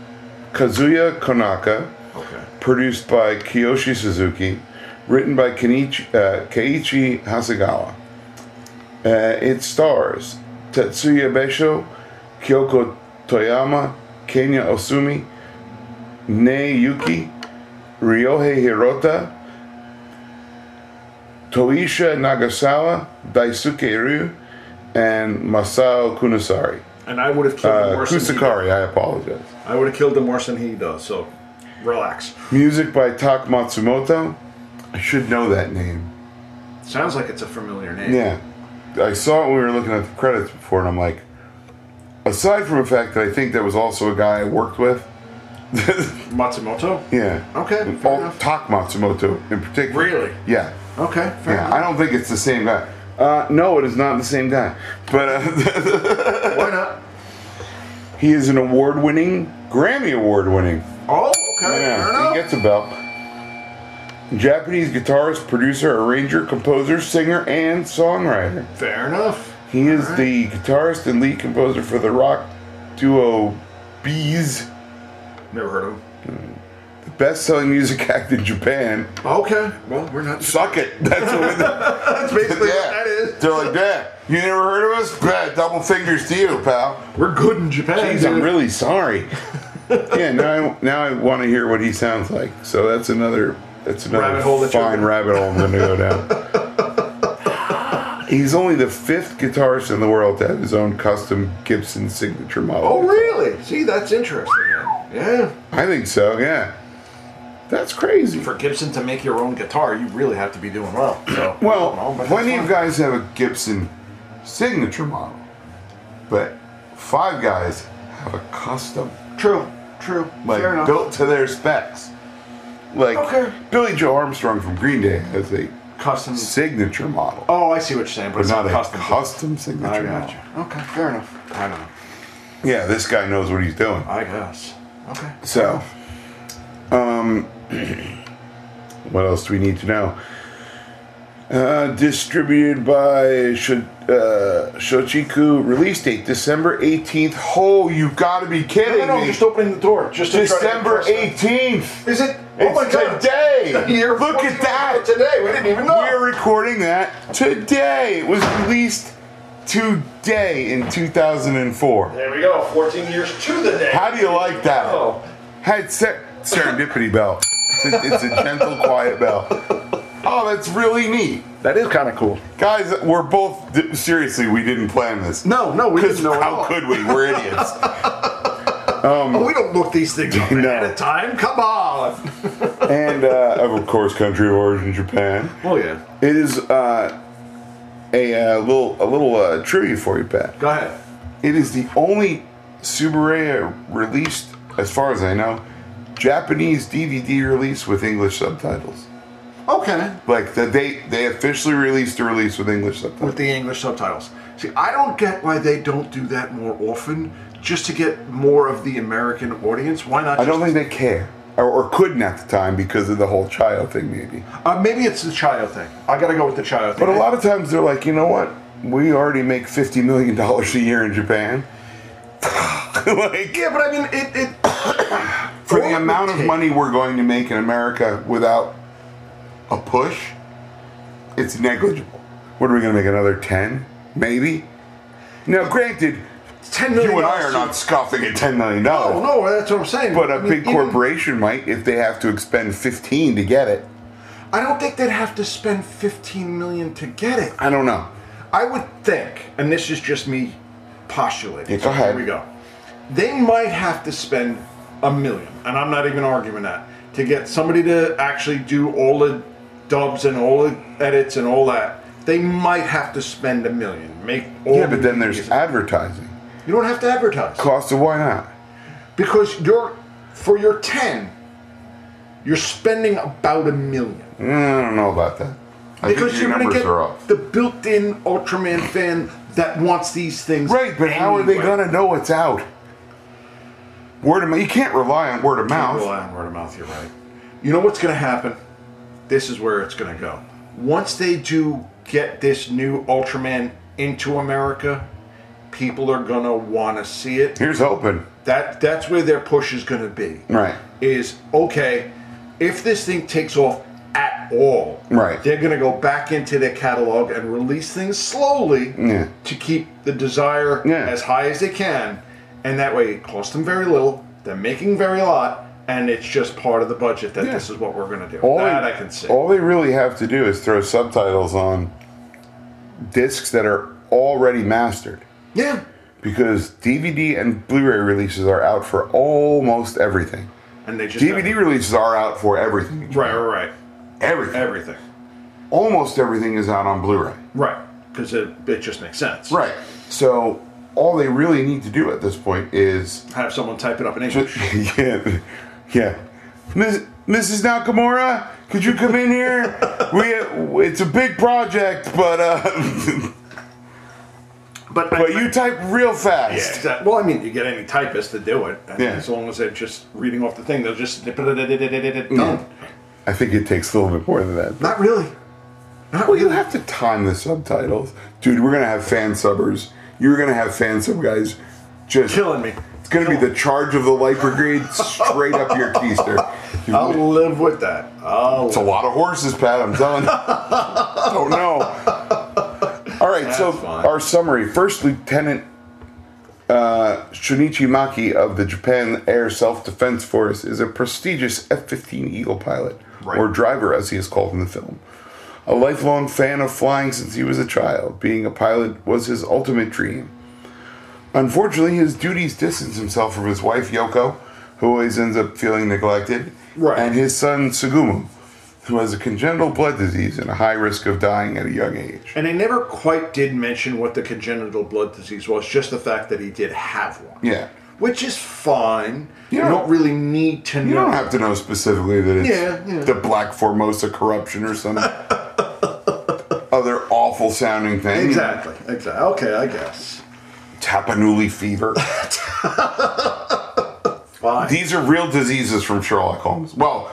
B: Kazuya Konaka.
C: Okay.
B: produced by Kiyoshi Suzuki, written by Kenichi, uh, Keiichi Hasegawa. Uh, it stars Tetsuya Beisho, Kyoko Toyama, Kenya Osumi, Nei Yuki, Ryohei Hirota, Toisha Nagasawa, Daisuke Ryu, and Masao Kunasari.
C: And I would have killed him
B: Uh,
C: worse. Than he,
B: Kusakari, I apologize.
C: I would have killed him worse than he does. So, relax.
B: Music by Tak Matsumoto. I should know that name.
C: Sounds like it's a familiar name.
B: Yeah. I saw it when we were looking at the credits before, and I'm like, aside from the fact that I think that was also a guy I worked with. [laughs]
C: Matsumoto.
B: yeah.
C: Okay, fair
B: Oh,
C: enough.
B: Tak Matsumoto in particular.
C: Really?
B: Yeah.
C: Okay. Fair
B: Yeah. I don't think it's the same guy. Uh, no, it is not the same guy. But uh, [laughs]
C: enough. Why not?
B: he is an award winning, Grammy award winning.
C: Oh, okay. Fair
B: Yeah.
C: enough.
B: He gets a belt. Japanese guitarist, producer, arranger, composer, singer, and songwriter.
C: Fair enough.
B: He is the guitarist and lead composer for the rock duo Bees,
C: Never heard of him.
B: the best-selling music act in Japan.
C: Okay. Well, we're not. [laughs]
B: Suck it. [laughs] That's what
C: That's basically
B: yeah.
C: what that is.
B: They're like, yeah, you never heard of us? Bah, double fingers to you, pal.
C: We're good in Japan.
B: Jeez, I'm
C: dude. [laughs]
B: really sorry. yeah, now I, now I want to hear what he sounds like. So that's another that's another
C: Rabbit hole that you're-
B: fine rabbit hole I'm going to go
C: [laughs]
B: down. He's only the fifth guitarist in the world to have his own custom Gibson signature model.
C: Oh, really? See, that's interesting. man. Yeah.
B: I think so. Yeah, that's crazy.
C: For Gibson to make your own guitar, you really have to be doing well. So,
B: Well,
C: I don't know, but
B: plenty
C: that's
B: of
C: fine.
B: guys have a Gibson signature model, but five guys have a custom.
C: True. True.
B: like
C: Fair enough.
B: built to their specs. Like
C: Okay.
B: Billy Joe Armstrong from Green Day has a
C: Custom.
B: signature model,
C: Oh, I see what you're saying, but
B: but
C: it's
B: not
C: not
B: a
C: custom.
B: custom, signature
C: I
B: model.
C: gotcha. Okay, fair enough. I don't know.
B: Yeah, this guy knows what he's doing.
C: I guess. Okay.
B: So, um, [clears throat] what else do we need to know? Uh, distributed by Sh- uh, Shochiku. Release date December 18th. Oh, you gotta be
C: No,
B: kidding
C: no, no,
B: me!
C: just opening the door. Just to try to
B: December
C: impress them.
B: 18th!
C: Is it? Oh
B: It's
C: [laughs]
B: today.
C: Year
B: Look
C: 14
B: at that.
C: Today. We didn't even know.
B: We're recording that today. It was released today in 2004.
C: There we go. 14 years to the day.
B: How do you like that?
C: Oh.
B: Had ser- serendipity bell. It's a, it's a gentle, quiet bell. Oh, that's really neat.
C: That is kind of cool.
B: Guys, we're both d- seriously. We didn't plan this.
C: No, no, we
B: because
C: didn't know at
B: how
C: all.
B: could we? We're
C: [laughs]
B: idiots.
C: Oh, we don't look these things [laughs] up
B: No.
C: ahead of time. Come on.
B: and uh, of course, country of origin, Japan.
C: Well, yeah.
B: It is uh, a, uh little a little uh, trivia for you, Pat.
C: Go ahead.
B: It is the only Subaraya released, as far as I know, Japanese DVD release with English subtitles.
C: Okay.
B: Like the, they they officially released the release with English subtitles.
C: With the English subtitles. See, I don't get why they don't do that more often, just to get more of the American audience. Why not?
B: I
C: Just,
B: don't think they care or, or couldn't at the time because of the whole child thing, maybe.
C: Uh, maybe it's the Chayo thing. I gotta go with the Chayo thing.
B: But a lot of times they're like, you know what? We already make fifty million dollars a year in Japan. [laughs] like
C: Yeah, but I mean, it. it
B: [coughs]
C: All
B: for
C: it would
B: the amount of
C: take-
B: money we're going to make in America without a push, it's negligible. What are we going to make another ten, maybe? Now, granted,
C: Ten
B: you
C: million.
B: and I are
C: dollars
B: not scoffing at ten million dollars,
C: Oh no, that's what I'm saying.
B: but a
C: I mean,
B: big
C: even-
B: corporation might if they have to expend fifteen to get it.
C: I don't think they'd have to spend 15 million to get it.
B: I don't know.
C: I would think, and this is just me postulating.
B: Yeah, go ahead.
C: Here we go. They might have to spend a million, and I'm not even arguing that, to get somebody to actually do all the dubs and all the edits and all that. They might have to spend a million. Make all
B: Yeah, but
C: the
B: then there's
C: movies.
B: advertising
C: you don't have to advertise
B: cost. Of why not?
C: because you're for your ten, you're spending about a million.
B: Mm, I don't know about that. I
C: because
B: think
C: you're going
B: your
C: to
B: numbers
C: get
B: are off.
C: the built-in Ultraman fan that wants these things.
B: Right, but how are they
C: anyway.
B: gonna know it's out? Word of mouth. You can't rely on word of mouth.
C: Rely on word of mouth. You're right. You know what's going to happen? This is where it's going to go. Once they do get this new Ultraman into America, people are going to want to see it.
B: Here's hoping.
C: That that's where their push is going to be.
B: Right.
C: Is okay. If this thing takes off at all,
B: Right.
C: They're going to go back into their catalog and release things slowly
B: Yeah.
C: to keep the desire
B: Yeah.
C: as high as they can, and that way it costs them very little. They're making very lot, and it's just part of the budget that
B: Yeah.
C: this is what we're going to do.
B: All
C: that
B: they,
C: I can see.
B: All they really have to do is throw subtitles on discs that are already mastered.
C: yeah,
B: Because DVD and Blu-ray releases are out for almost everything.
C: and they just
B: DVD releases are out for everything.
C: right, right, right,
B: Everything.
C: everything,
B: Almost everything is out on Blu-ray.
C: right, because it, it just makes sense.
B: Right. So all they really need to do at this point is
C: Have someone type it up in English.
B: [laughs] yeah, yeah. Miss, Mrs. Nakamura, could you come in here? we it's a big project, but uh, [laughs]
C: But
B: but you type real
C: Yeah,
B: fast.
C: exactly. Well, I mean, you get any typist to do it. and
B: Yeah.
C: As long as they're just reading off the thing, they'll just done.
B: Yeah. I think it takes a little bit more than that.
C: Not really. Not
B: Well, you
C: really.
B: have to time the subtitles, dude. We're gonna have fan subbers. You're gonna have fan sub guys just
C: Killing me.
B: It's gonna be the charge of the light brigade straight up your keister.
C: I'll live with that. I'll
B: It's a lot of horses, Pat.
C: [laughs]
B: I'm telling you. Don't know. All right. so
C: That's fine.
B: our summary: First Lieutenant uh, Shunichi Maki of the Japan Air Self Defense Force is a prestigious F-15 Eagle pilot,
C: Right.
B: or driver, as he is called in the film. A lifelong fan of flying since he was a child, being a pilot was his ultimate dream. Unfortunately, his duties distance himself from his wife Yoko, who always ends up feeling neglected,
C: Right.
B: and his son Sugumu, who has a congenital blood disease and a high risk of dying at a young age.
C: And I never quite did mention what the congenital blood disease was, just the fact that he did have one.
B: Yeah,
C: Which is fine. You,
B: don't-
C: don't, really need to know.
B: you don't have to know specifically that it's
C: Yeah, yeah.
B: the Black Formosa corruption
C: [laughs]
B: or some other awful sounding thing.
C: Exactly. Exactly. Okay, I guess.
B: Tapanuli fever.
C: Fine.
B: These are real diseases from Sherlock Holmes. Well,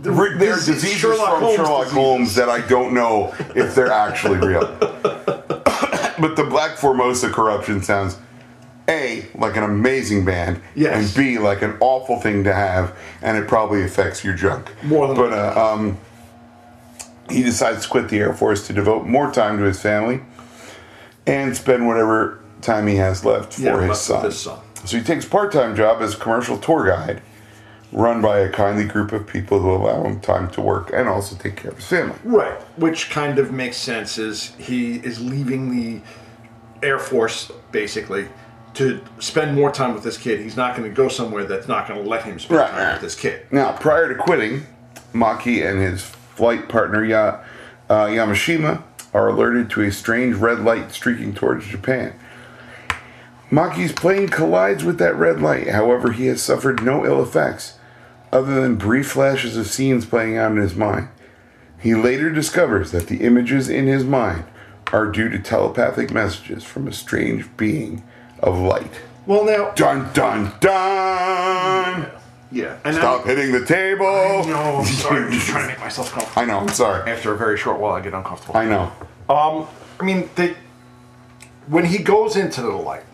B: they're they're
C: This is
B: diseases
C: Sherlock
B: from
C: Holmes
B: Sherlock
C: diseases.
B: Holmes that I don't know if they're actually real. [coughs] but the Black Formosa corruption sounds A, like an amazing band,
C: Yes.
B: and B, like an awful thing to have, and it probably affects your junk.
C: More than
B: But uh, um, he decides to quit the Air Force to devote more time to his family and spend whatever time he has left for
C: Yeah,
B: his
C: but
B: son.
C: his son.
B: So he takes part-time job as a commercial tour guide, run by a kindly group of people who allow him time to work and also take care of his family.
C: Right, which kind of makes sense is he is leaving the Air Force basically to spend more time with this kid. He's not going to go somewhere that's not going to let him spend
B: Right.
C: time with this kid.
B: Now, prior to quitting, Maki and his flight partner Ya uh, Yamashima are alerted to a strange red light streaking towards Japan. Maki's plane collides with that red light. However, he has suffered no ill effects, other than brief flashes of scenes playing out in his mind. He later discovers that the images in his mind are due to telepathic messages from a strange being of light.
C: Well, now,
B: Dun dun dun!
C: yeah, and
B: Stop
C: I,
B: hitting the table!
C: No, I'm sorry, I'm just trying to make myself comfortable.
B: I know. I'm sorry.
C: After a very short while, I get uncomfortable.
B: I know.
C: Um, I mean, they when he goes into the light,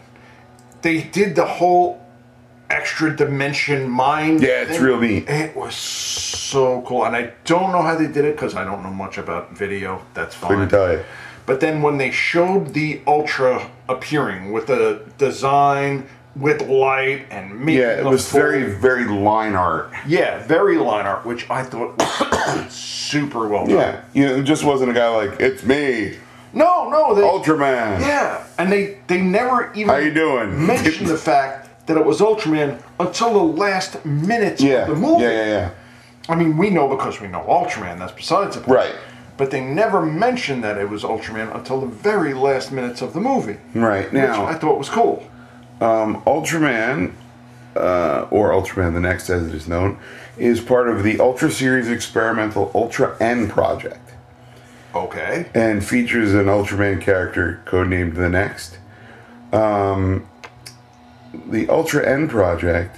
C: they did the whole extra dimension mind.
B: Yeah, it's
C: thing.
B: real neat.
C: It was so cool, and I don't know how they did it because I don't know much about video. That's fine.
B: Couldn't tell you.
C: But then when they showed the ultra appearing with the design with light and making
B: Yeah, it
C: the
B: was
C: full-
B: very, very line art.
C: yeah very line art, which I thought was [coughs] super well done.
B: Yeah, you know, it just wasn't a guy like it's me,
C: No, no, they,
B: Ultraman.
C: Yeah, and they they never even
B: How you doing?
C: mentioned the fact that it was Ultraman until the last minutes
B: yeah,
C: of the movie.
B: yeah, yeah, yeah.
C: I mean, we know because we know Ultraman. That's besides the point.
B: Right.
C: But they never mentioned that it was Ultraman until the very last minutes of the movie,
B: Right now,
C: which I thought was cool.
B: Um, Ultraman, uh, or Ultraman the Next as it is known, is part of the Ultra Series Experimental Ultra N project
C: Okay.
B: and features an Ultraman character codenamed the Next. Um, the Ultra N project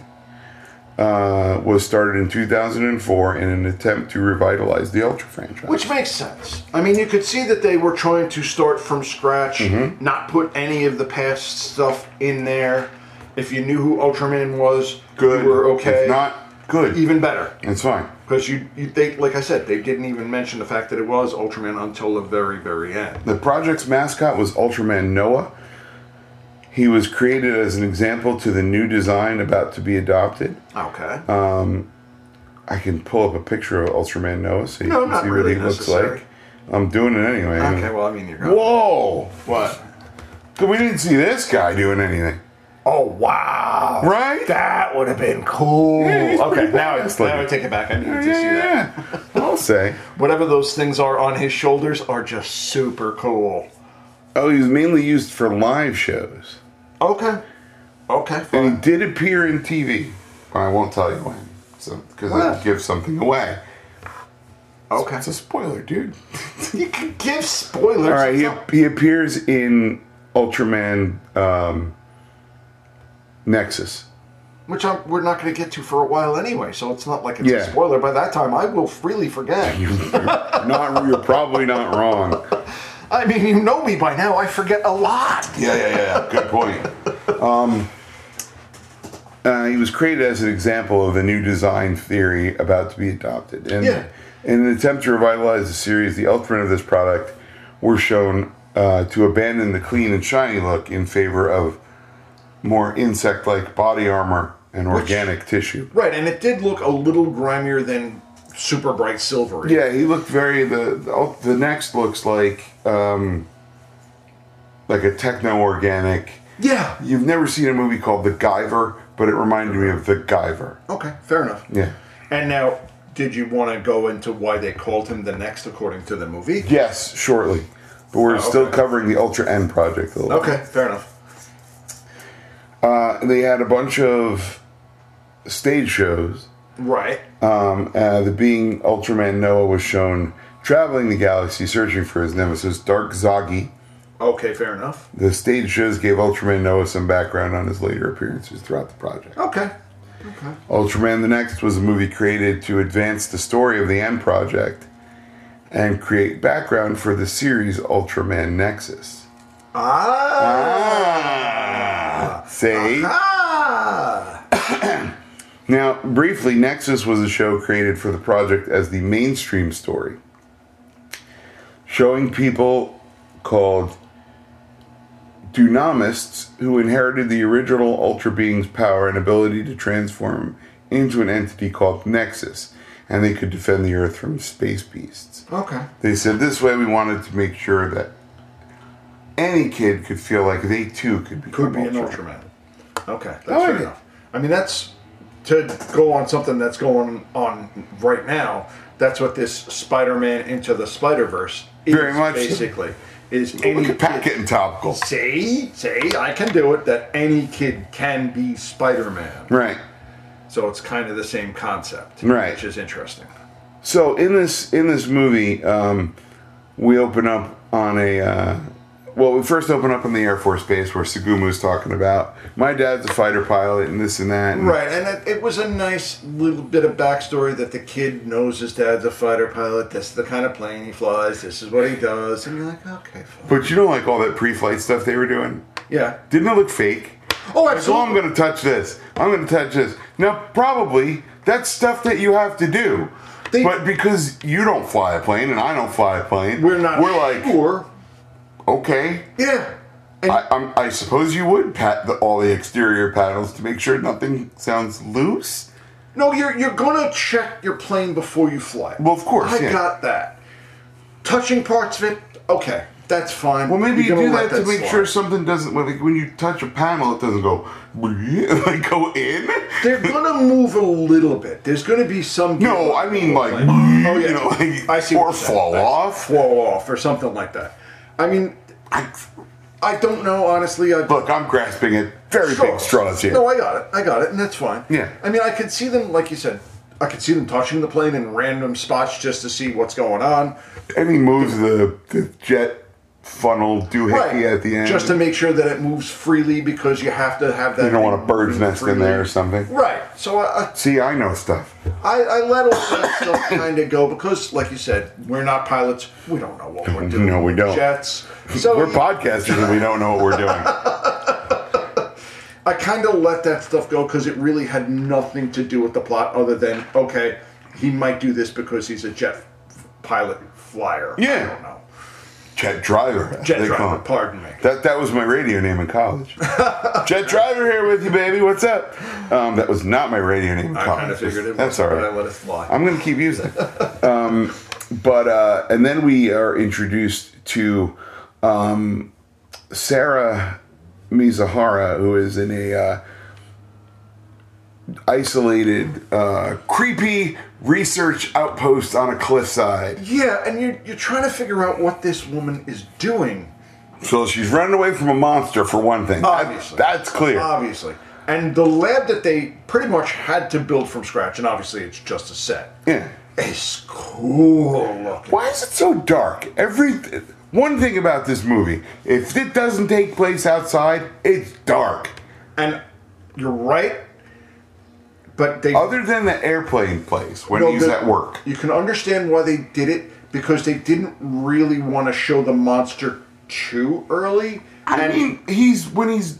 B: uh, was started in 2004 in an attempt to revitalize the Ultra franchise.
C: Which makes sense. I mean, you could see that they were trying to start from scratch,
B: Mm-hmm.
C: not put any of the past stuff in there. If you knew who Ultraman was,
B: good,
C: you were okay.
B: If not good,
C: even better.
B: it's fine.
C: Because you, you, they, like I said, they didn't even mention the fact that it was Ultraman until the very, very end.
B: The project's mascot was Ultraman Noah. He was created as an example to the new design about to be adopted.
C: Okay.
B: Um, I can pull up a picture of Ultraman Noah so you
C: No,
B: can
C: not
B: see
C: really
B: what he looks
C: necessary.
B: like. I'm doing it anyway.
C: okay. Well, I mean, you're going.
B: Whoa!
C: What?
B: We didn't see this guy doing anything,
C: Oh wow!
B: right?
C: That would have been cool.
B: Yeah, he's
C: okay.
B: pretty
C: Now,
B: badass
C: it's,
B: looking.
C: now I take it back. I need
B: yeah,
C: to see that.
B: yeah, yeah. I'll say.
C: Whatever those things are on his shoulders are just super cool.
B: Oh, he was mainly used for live shows,
C: Okay. Okay.
B: and
C: Fine.
B: he did appear in TV. I won't tell you when, so because I
C: What?
B: give something away. [laughs]
C: Okay.
B: That's a spoiler, dude.
C: You can give spoilers.
B: All [laughs] right, he, he appears in Ultraman um, Nexus. [laughs]
C: which I'm, we're not going to get to for a while anyway. So it's not like it's
B: Yeah.
C: a spoiler. By that time, I will freely forget.
B: not you're probably not wrong.
C: I mean, you know me by now. I forget a lot.
B: Yeah, yeah, yeah. Good point. Um, uh, he was created as an example of a new design theory about to be adopted. And
C: Yeah.
B: in an attempt to revitalize the series, the ultimate of this product were shown uh, to abandon the clean and shiny look in favor of more insect like body armor and organic tissue.
C: Right, and it did look a little grimier than super bright silver.
B: Yeah, he looked very the the, the next looks like um, like a techno organic.
C: Yeah.
B: You've never seen a movie called The Guyver, but it reminded me of The Guyver.
C: Okay, fair enough.
B: Yeah.
C: And now, did you want to go into why they called him the next according to the movie?
B: Yes, shortly. But we're
C: Oh,
B: still
C: okay.
B: covering the Ultra N project a little.
C: Okay, fair enough.
B: Uh, they had a bunch of stage shows.
C: Right.
B: Um, uh, the being Ultraman Noah was shown traveling the galaxy searching for his nemesis, Dark Zoggy.
C: Okay, fair enough.
B: The stage shows gave Ultraman Noah some background on his later appearances throughout the project.
C: Okay. Okay.
B: Ultraman the Next was a movie created to advance the story of the End Project and create background for the series Ultraman Nexus.
C: Ah.
B: Say
C: Ah.
B: now, briefly, Nexus was a show created for the project as the mainstream story, showing people called Dunomists who inherited the original Ultra Being's power and ability to transform into an entity called Nexus, and they could defend the Earth from space beasts.
C: Okay.
B: They said this way we wanted to make sure that any kid could feel like they too could become
C: Could be an
B: Ultraman.
C: Ultraman. Okay, that's
B: like
C: fair
B: it.
C: enough. I mean, that's to go on something that's going on right now. That's what this Spider-Man into the Spider-Verse is
B: Very much so.
C: basically. Is
B: We
C: any
B: could pack
C: kid-
B: it in topical.
C: Say, say, I can do it. That any kid can be Spider-Man.
B: Right.
C: So it's kind of the same concept,
B: Right.
C: Which is interesting.
B: So in this in this movie, um, we open up on a uh, well, we first open up on the Air Force Base where Sagumu's talking about my dad's a fighter pilot and this and that. And
C: Right, and it, it was a nice little bit of backstory that the kid knows his dad's a fighter pilot. This is the kind of plane he flies. This is what he does, and you're like, okay, fine.
B: But you know, like all that pre-flight stuff they were doing,
C: yeah.
B: didn't it look fake?
C: Oh,
B: So I'm
C: absolutely.
B: going to touch this. I'm going to touch this. Now, probably that's stuff that you have to do.
C: They-
B: but because you don't fly a plane and I don't fly a plane,
C: We're not.
B: We're like,
C: sure.
B: okay.
C: Yeah. And
B: I, I'm, I suppose you would pat the, all the exterior panels to make sure nothing sounds loose.
C: no, you're you're gonna check your plane before you fly.
B: Well, of course,
C: I
B: yeah.
C: got that. Touching parts of it, okay, that's fine.
B: Well, maybe you
C: You're
B: do
C: gonna
B: that,
C: let
B: to make
C: slide.
B: sure something doesn't. Like when you touch a panel, it doesn't go [laughs] like go in.
C: They're gonna move a little bit. There's gonna be some.
B: No, I mean like,
C: Oh,
B: you
C: yeah.
B: know, like
C: I see. what
B: or
C: you're saying.
B: fall
C: I-
B: off.
C: fall off, or something like that. I mean,
B: I-
C: I don't know honestly. I
B: Look, I'm grasping at very
C: Sure.
B: big straws here.
C: No, I got it. I got it, and that's fine.
B: Yeah.
C: I mean, I could see them, like you said, I could see them touching the plane in random spots just to see what's going on.
B: and he moves the, the jet funnel doohickey at the end.
C: Just to make sure that it moves freely because you have to have that.
B: you don't
C: thing
B: want a bird's
C: moving
B: nest in there or
C: freely.
B: something.
C: Right. So I,
B: See, I know stuff.
C: I, I let all that
B: [coughs]
C: stuff kind of go because, like you said, we're not pilots. We don't know what we're doing.
B: No, we
C: with
B: don't.
C: Jets. So
B: we're podcasters and we don't know what
C: [laughs]
B: we're doing.
C: I kind of let that stuff go because it really had nothing to do with the plot other than okay, he might do this because he's a jet f- pilot flyer.
B: Yeah.
C: I don't know.
B: Jet driver.
C: Jet
B: they call
C: driver.
B: him.
C: Pardon me.
B: That that was my radio name
C: [laughs]
B: in college. Jet driver here with you, baby. What's up? Um, that was not my radio name in
C: I
B: college.
C: kind of figured it.
B: That's
C: was,
B: all right.
C: But I let it fly.
B: I'm going to keep using it. Um, but uh, and then we are introduced to um, Sarah Mizahara, who is in a uh, isolated, uh, creepy research outpost on a cliffside.
C: yeah, and you're you're trying to figure out what this woman is doing,
B: So she's running away from a monster for one thing. That-
C: Obviously.
B: that's clear.
C: obviously. And the lab that they pretty much had to build from scratch, and obviously it's just a set.
B: yeah.
C: It's cool looking.
B: Why is it so dark? Every one thing about this movie, if it doesn't take place outside, it's dark.
C: And you're right. but they
B: Other than the airplane place when
C: No,
B: he's
C: the-
B: at work.
C: You can understand why they did it because they didn't really want to show the monster too early.
B: I
C: and,
B: mean, he's when he's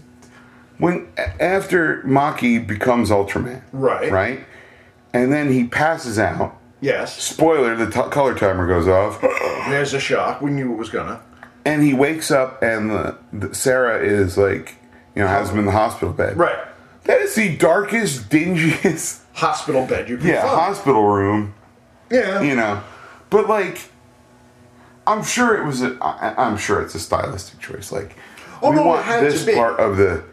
B: when a- after Maki becomes Ultraman,
C: Right.
B: Right, and then he passes out.
C: yes,
B: Spoiler: the t- color timer goes
C: [gasps]
B: off,
C: there's a shock. We knew it was gonna.
B: and he wakes up, and the, the, Sarah is like, you know, has him in the hospital bed.
C: Right,
B: That is the darkest, dingiest, [laughs]
C: hospital bed. You can
B: yeah,
C: find.
B: hospital room.
C: yeah,
B: You know, but like, I'm sure it was. A, I, I'm sure it's a stylistic choice. Like,
C: Oh,
B: we
C: no, it
B: want
C: had to
B: this
C: be.
B: part of the.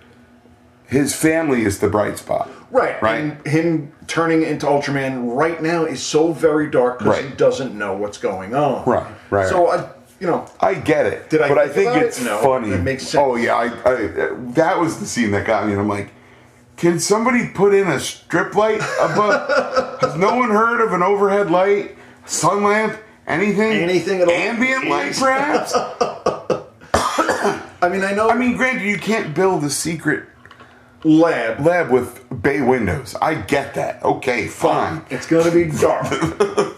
B: His family is the bright spot.
C: right,
B: Right.
C: And him turning into Ultraman right now is so very dark because he
B: Right.
C: doesn't know what's going on.
B: Right, right,
C: So I, you know,
B: I get it,
C: Did I
B: but I
C: think
B: think
C: about
B: it's
C: it? No,
B: funny.
C: it makes
B: Oh
C: sense.
B: yeah, I, I, that was the scene that got me, and I'm like, can somebody put in a strip light
C: [laughs]
B: above? Has no one heard of an overhead light, sun lamp, anything,
C: Anything at all?
B: ambient light,
C: [laughs]
B: perhaps?
C: I mean, I know.
B: I mean, granted, you can't build a secret
C: lab.
B: lab with bay windows. I get that. Okay, fine.
C: It's gonna be dark,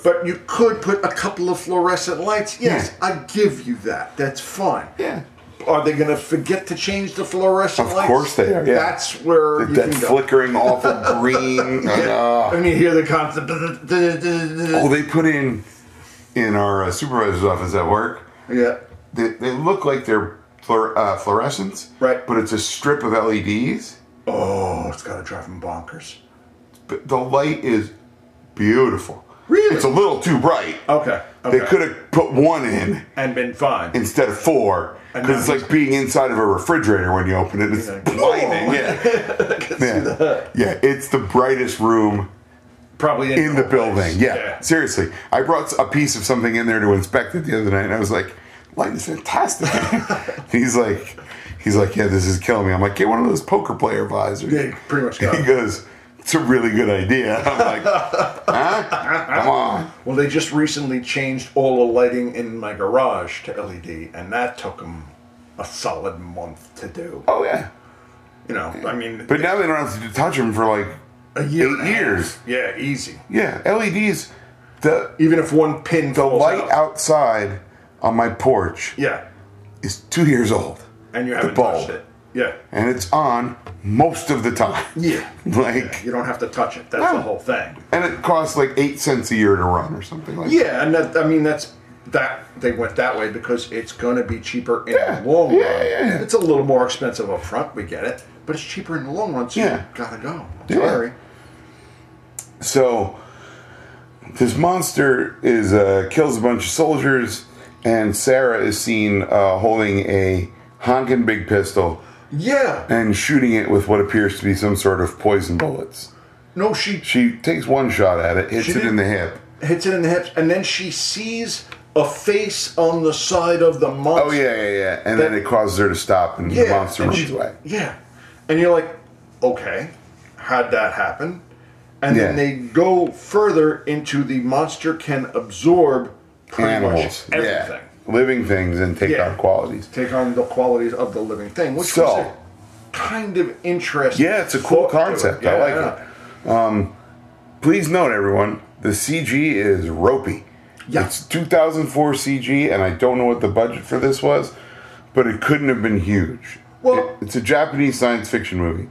C: but you could put a couple of fluorescent lights. Yes,
B: Yeah.
C: I give you that. That's fine.
B: Yeah,
C: Are they going to forget to change the fluorescent
B: Of
C: lights?
B: course they are, yeah.
C: That's where you
B: that
C: can go. [laughs]
B: flickering awful green. uh,
C: and you hear the constant. Yeah.
B: Oh, they put in in our uh, supervisor's office at work. They, they look like they're fluor- uh, fluorescents,
C: Right.
B: But it's a strip of E LEDs.
C: Oh, it's got to drive them bonkers.
B: But the light is beautiful.
C: Really?
B: it's a little too bright.
C: Okay. okay.
B: They could have put one in
C: and been fine.
B: instead of four
C: And now
B: because it's like being inside of a refrigerator when you open it. It's
C: like,
B: blinding.
C: "Whoa." [laughs]
B: Yeah, yeah. yeah. It's the brightest room
C: Probably
B: in the building.
C: place.
B: Yeah. seriously. I brought a piece of something in there to inspect it the other night, and I was like, "Light
C: [laughs]
B: is fantastic." he's like, he's like, "Yeah, this is killing me." I'm like, "Get one of those poker player visors."
C: Yeah, you pretty
B: [laughs]
C: much got
B: He
C: it.
B: goes, "It's a really good idea."
C: [laughs]
B: I'm like, "Huh? Come on."
C: Well, they just recently changed all the lighting in my garage to LED, and that took them a solid month to do.
B: Oh yeah.
C: You know, I mean,
B: But now they don't have to touch them for like
C: a year
B: eight
C: and a half.
B: years.
C: Yeah, easy.
B: yeah LEDs. The
C: Even if one pin
B: the
C: falls
B: light
C: out.
B: outside on my porch
C: Yeah,
B: is two years old,
C: and you haven't
B: bulb.
C: touched it. Yeah.
B: and it's on most of the time.
C: Yeah.
B: [laughs] like
C: You don't have to touch it. That's
B: No.
C: the whole thing.
B: And it costs like eight cents a year to run or something like that.
C: Yeah, and that, I mean that's that they went that way because it's going to be cheaper in
B: Yeah.
C: the long
B: Yeah,
C: run.
B: yeah, yeah.
C: It's a little more expensive up front, we get it, but it's cheaper in the long run. So
B: Yeah.
C: you gotta go.
B: Yeah.
C: Sorry.
B: So this monster is uh, kills a bunch of soldiers, and Sarah is seen uh, holding a honking big pistol
C: Yeah.
B: and shooting it with what appears to be some sort of poison bullets.
C: No, she
B: She takes one shot at it, hits
C: She
B: it in
C: did-
B: the hip.
C: hits it in the hips, and then she sees a face on the side of the monster.
B: Oh yeah, yeah, yeah. And then
C: That-
B: it causes her to stop, and the monster
C: and
B: runs
C: she-
B: away.
C: Yeah. And you're like, okay, how'd that happen? And then
B: Yeah.
C: they go further into the monster can absorb pretty
B: Animals,
C: much everything.
B: yeah, living things, and take
C: Yeah.
B: on qualities.
C: Take on the qualities of the living thing, which
B: So-
C: was a kind of interesting.
B: Yeah, it's a cool
C: thought to
B: concept. I like it. Please note, everyone, the CG is ropey.
C: Yeah.
B: It's 2004 CG, and I don't know what the budget for this was, but it couldn't have been huge.
C: Well-
B: It- it's a Japanese science fiction movie.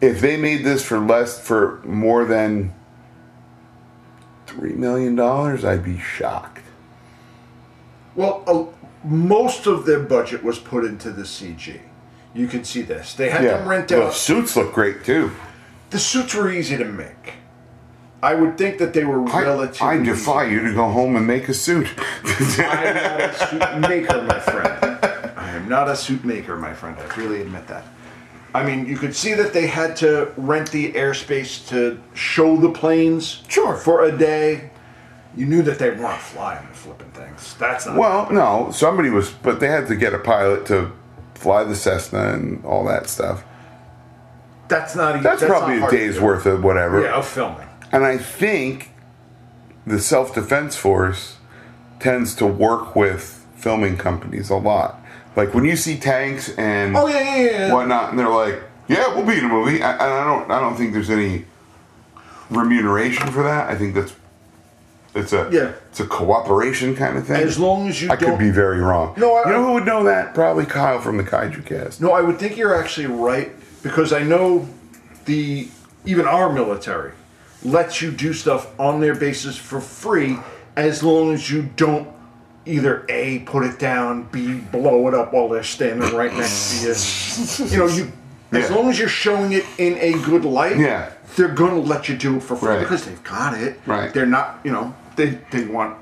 B: If they made this for less, for more than three million dollars, I'd be shocked.
C: Well, uh, most of their budget was put into the CG. You can see this. They had them rent
B: the
C: out
B: suits look great too.
C: The suits were easy to make. I would think that they were
B: I,
C: relatively.
B: I defy you to go home and make a suit. [laughs]
C: I am not a suit maker, my friend. I am not a suit maker, my friend. I freely admit that. I mean, you could see that they had to rent the airspace to show the planes.
B: Sure.
C: For a day, you knew that they weren't flying the flipping things. That's not.
B: Well, no, somebody was, but they had to get a pilot to fly the Cessna and all that stuff.
C: that's not. e-
B: That's,
C: not
B: probably a
C: hard to
B: day's
C: do.
B: worth of whatever.
C: Yeah, of filming.
B: And I think the self defense force tends to work with filming companies a lot. Like when you see tanks and
C: Oh yeah, yeah, yeah. yeah.
B: whatnot, and they're like, "Yeah, we'll be in a movie," I- and I don't, I don't think there's any remuneration for that. I think that's it's a
C: Yeah.
B: it's a cooperation kind of thing.
C: As long as you
B: I could
C: don't-
B: be very wrong.
C: No, I-
B: you know who would know that? Probably Kyle from the Kaiju Cast.
C: No, I would think you're actually right because I know the even our military lets you do stuff on their bases for free as long as you don't either a put it down, b blow it up while they're standing right next to you. You know, you as
B: Yeah.
C: long as you're showing it in a good light,
B: Yeah.
C: they're gonna let you do it for free
B: Right.
C: because they've got it.
B: Right.
C: They're not, you know, they they want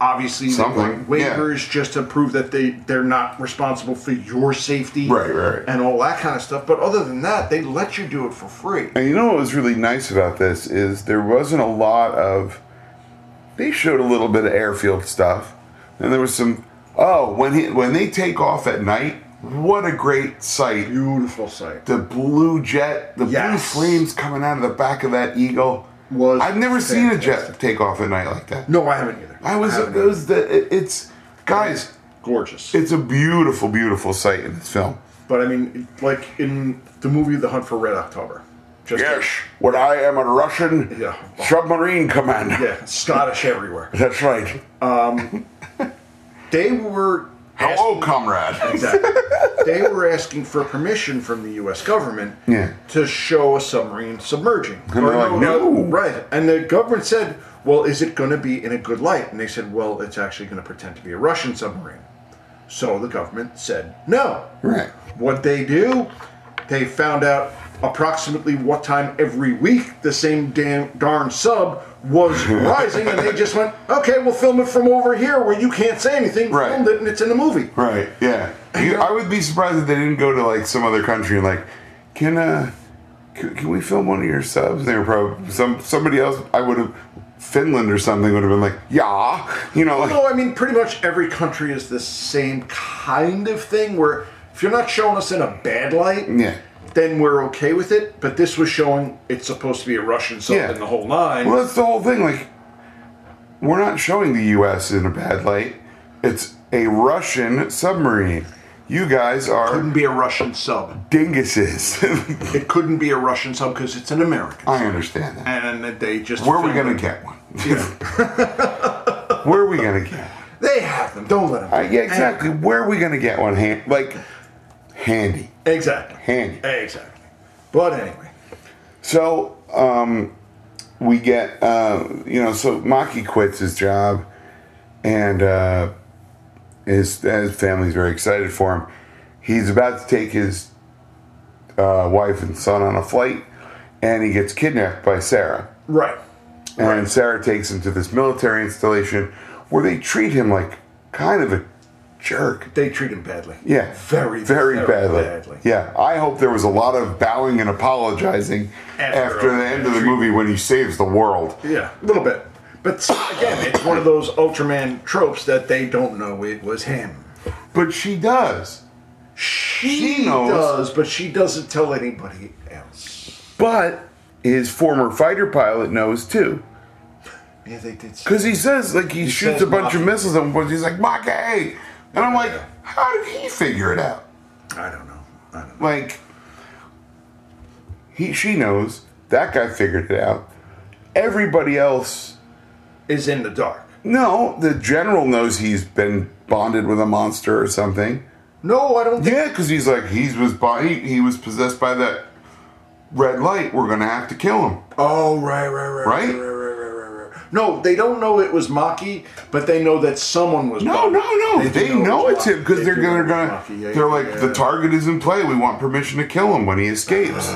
C: obviously they
B: Something,
C: want
B: yeah.
C: waivers just to prove that they they're not responsible for your safety
B: Right, right, right.
C: and all that kind of stuff but other than that they let you do it for free
B: And you know what was really nice about this is there wasn't a lot of. They showed a little bit of airfield stuff, and there was some. Oh, when he, when they take off at night, what a great sight!
C: beautiful sight
B: the blue jet, the
C: Yes.
B: blue flames coming out of the back of that eagle.
C: Was
B: I've never seen a jet
C: fantastic.
B: take off at night like that.
C: no i haven't either
B: I was.
C: haven't
B: It was the. It, it's guys.
C: either. gorgeous
B: It's a beautiful, beautiful sight in this film.
C: but i mean like in the movie the hunt for red october just
B: when I am a Russian
C: Yeah.
B: submarine commander.
C: yeah scottish everywhere
B: That's right.
C: they were
B: Hello, comrade.
C: Exactly. they were asking for permission from the U.S. government
B: Yeah.
C: to show a submarine submerging.
B: And they're like, "No."
C: Right. And the government said, well, is it going to be in a good light? And they said, well, it's actually going to pretend to be a Russian submarine. So the government said no.
B: Right.
C: What they do, they found out approximately what time every week the same damn darn sub was
B: [laughs]
C: rising, and they just went, okay, we'll film it from over here where you can't say anything.
B: Right.
C: Filmed it, and it's in the movie.
B: Right. Yeah. You- I would be surprised if they didn't go to like some other country and like, can uh, can, can we film one of your subs? And they were probably some somebody else. I would have Finland or something would have been like, yeah, you know, like
C: No, I mean, pretty much every country is the same kind of thing where if you're not showing us in a bad light,
B: yeah.
C: then we're okay with it. But this was showing it's supposed to be a Russian sub
B: Yeah.
C: and the whole nine.
B: Well, that's the whole thing. Like, we're not showing the U.S. in a bad light. It's a Russian submarine. You guys
C: couldn't
B: are
C: be a Russian sub.
B: dinguses. [laughs]
C: It couldn't be a Russian sub because it's an American.
B: I understand that.
C: and they just.
B: Where are we
C: found
B: gonna
C: it.
B: get one? [laughs] Where are we gonna get one?
C: They have them. Don't let them.
B: Uh, yeah, exactly. Where are we gonna get one? Hand like handy,
C: Exactly.
B: handy.
C: Exactly. But anyway,
B: So um, we get uh, you know. So Maki quits his job, and uh, his his family's very excited for him. He's about to take his uh, wife and son on a flight, and he gets kidnapped by Sarah.
C: right.
B: And Sarah takes him to this military installation where they treat him like kind of a jerk.
C: They treat him badly.
B: Yeah.
C: Very,
B: very,
C: very
B: badly.
C: badly.
B: Yeah. I hope there was a lot of bowing and apologizing
C: After
B: after,
C: all
B: the
C: that
B: end of the movie when he saves the world.
C: Yeah, a little bit. But again, it's one of those Ultraman tropes that they don't know it was him.
B: But she does.
C: She,
B: She knows.
C: does, but she doesn't tell anybody else.
B: But his former fighter pilot knows too.
C: Yeah, they did. say-
B: Because he says, like, he, shoots
C: says
B: a bunch of
C: Maki.
B: missiles at him, but he's like, Maki! And I'm like,
C: Yeah.
B: how did he figure it out?
C: I don't know. I don't know.
B: like he she knows that guy figured it out everybody else
C: Is in the dark.
B: no the general knows he's been bonded with a monster or something
C: No, I don't think.
B: yeah because he's like he was bo- he, he was possessed by that red light we're gonna have to kill him
C: Oh, right, right, right, right,
B: Right?
C: right, right, right, right, right. No, they don't know it was Maki, but they know that someone was.
B: no
C: Maki.
B: no no they,
C: do
B: know,
C: it
B: it's
C: was
B: him
C: Maki.
B: because
C: They
B: they're
C: do
B: gonna,
C: know it was
B: gonna
C: Maki. Yeah,
B: they're
C: yeah,
B: like
C: yeah.
B: the target is in play we want permission to kill him when he escapes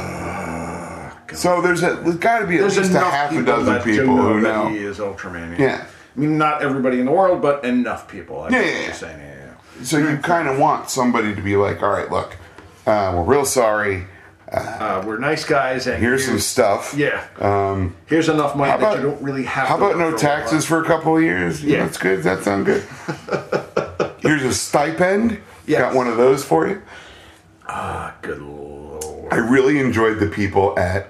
B: so there's a there's got to be at
C: Ah, There's
B: least a
C: enough
B: half a
C: people
B: dozen
C: that do
B: people who
C: that
B: know
C: he is Ultraman.
B: Yeah.
C: I mean, not everybody in the world, but enough people. I
B: Yeah,
C: know
B: yeah,
C: what
B: yeah.
C: you're saying. Yeah, yeah.
B: So you kind of want somebody to be like, all right, look, uh, we're real sorry.
C: Uh, we're nice guys, and
B: Here's some
C: here's-
B: stuff.
C: yeah. here's enough money
B: How about,
C: that you don't really have.
B: how
C: to work
B: about no
C: for a while.
B: taxes for a couple of years?
C: Yeah.
B: Yeah. That's good. That
C: [laughs]
B: sound good. Here's a stipend.
C: Yes.
B: Got one of those for you.
C: Ah, Good lord.
B: I really enjoyed the people at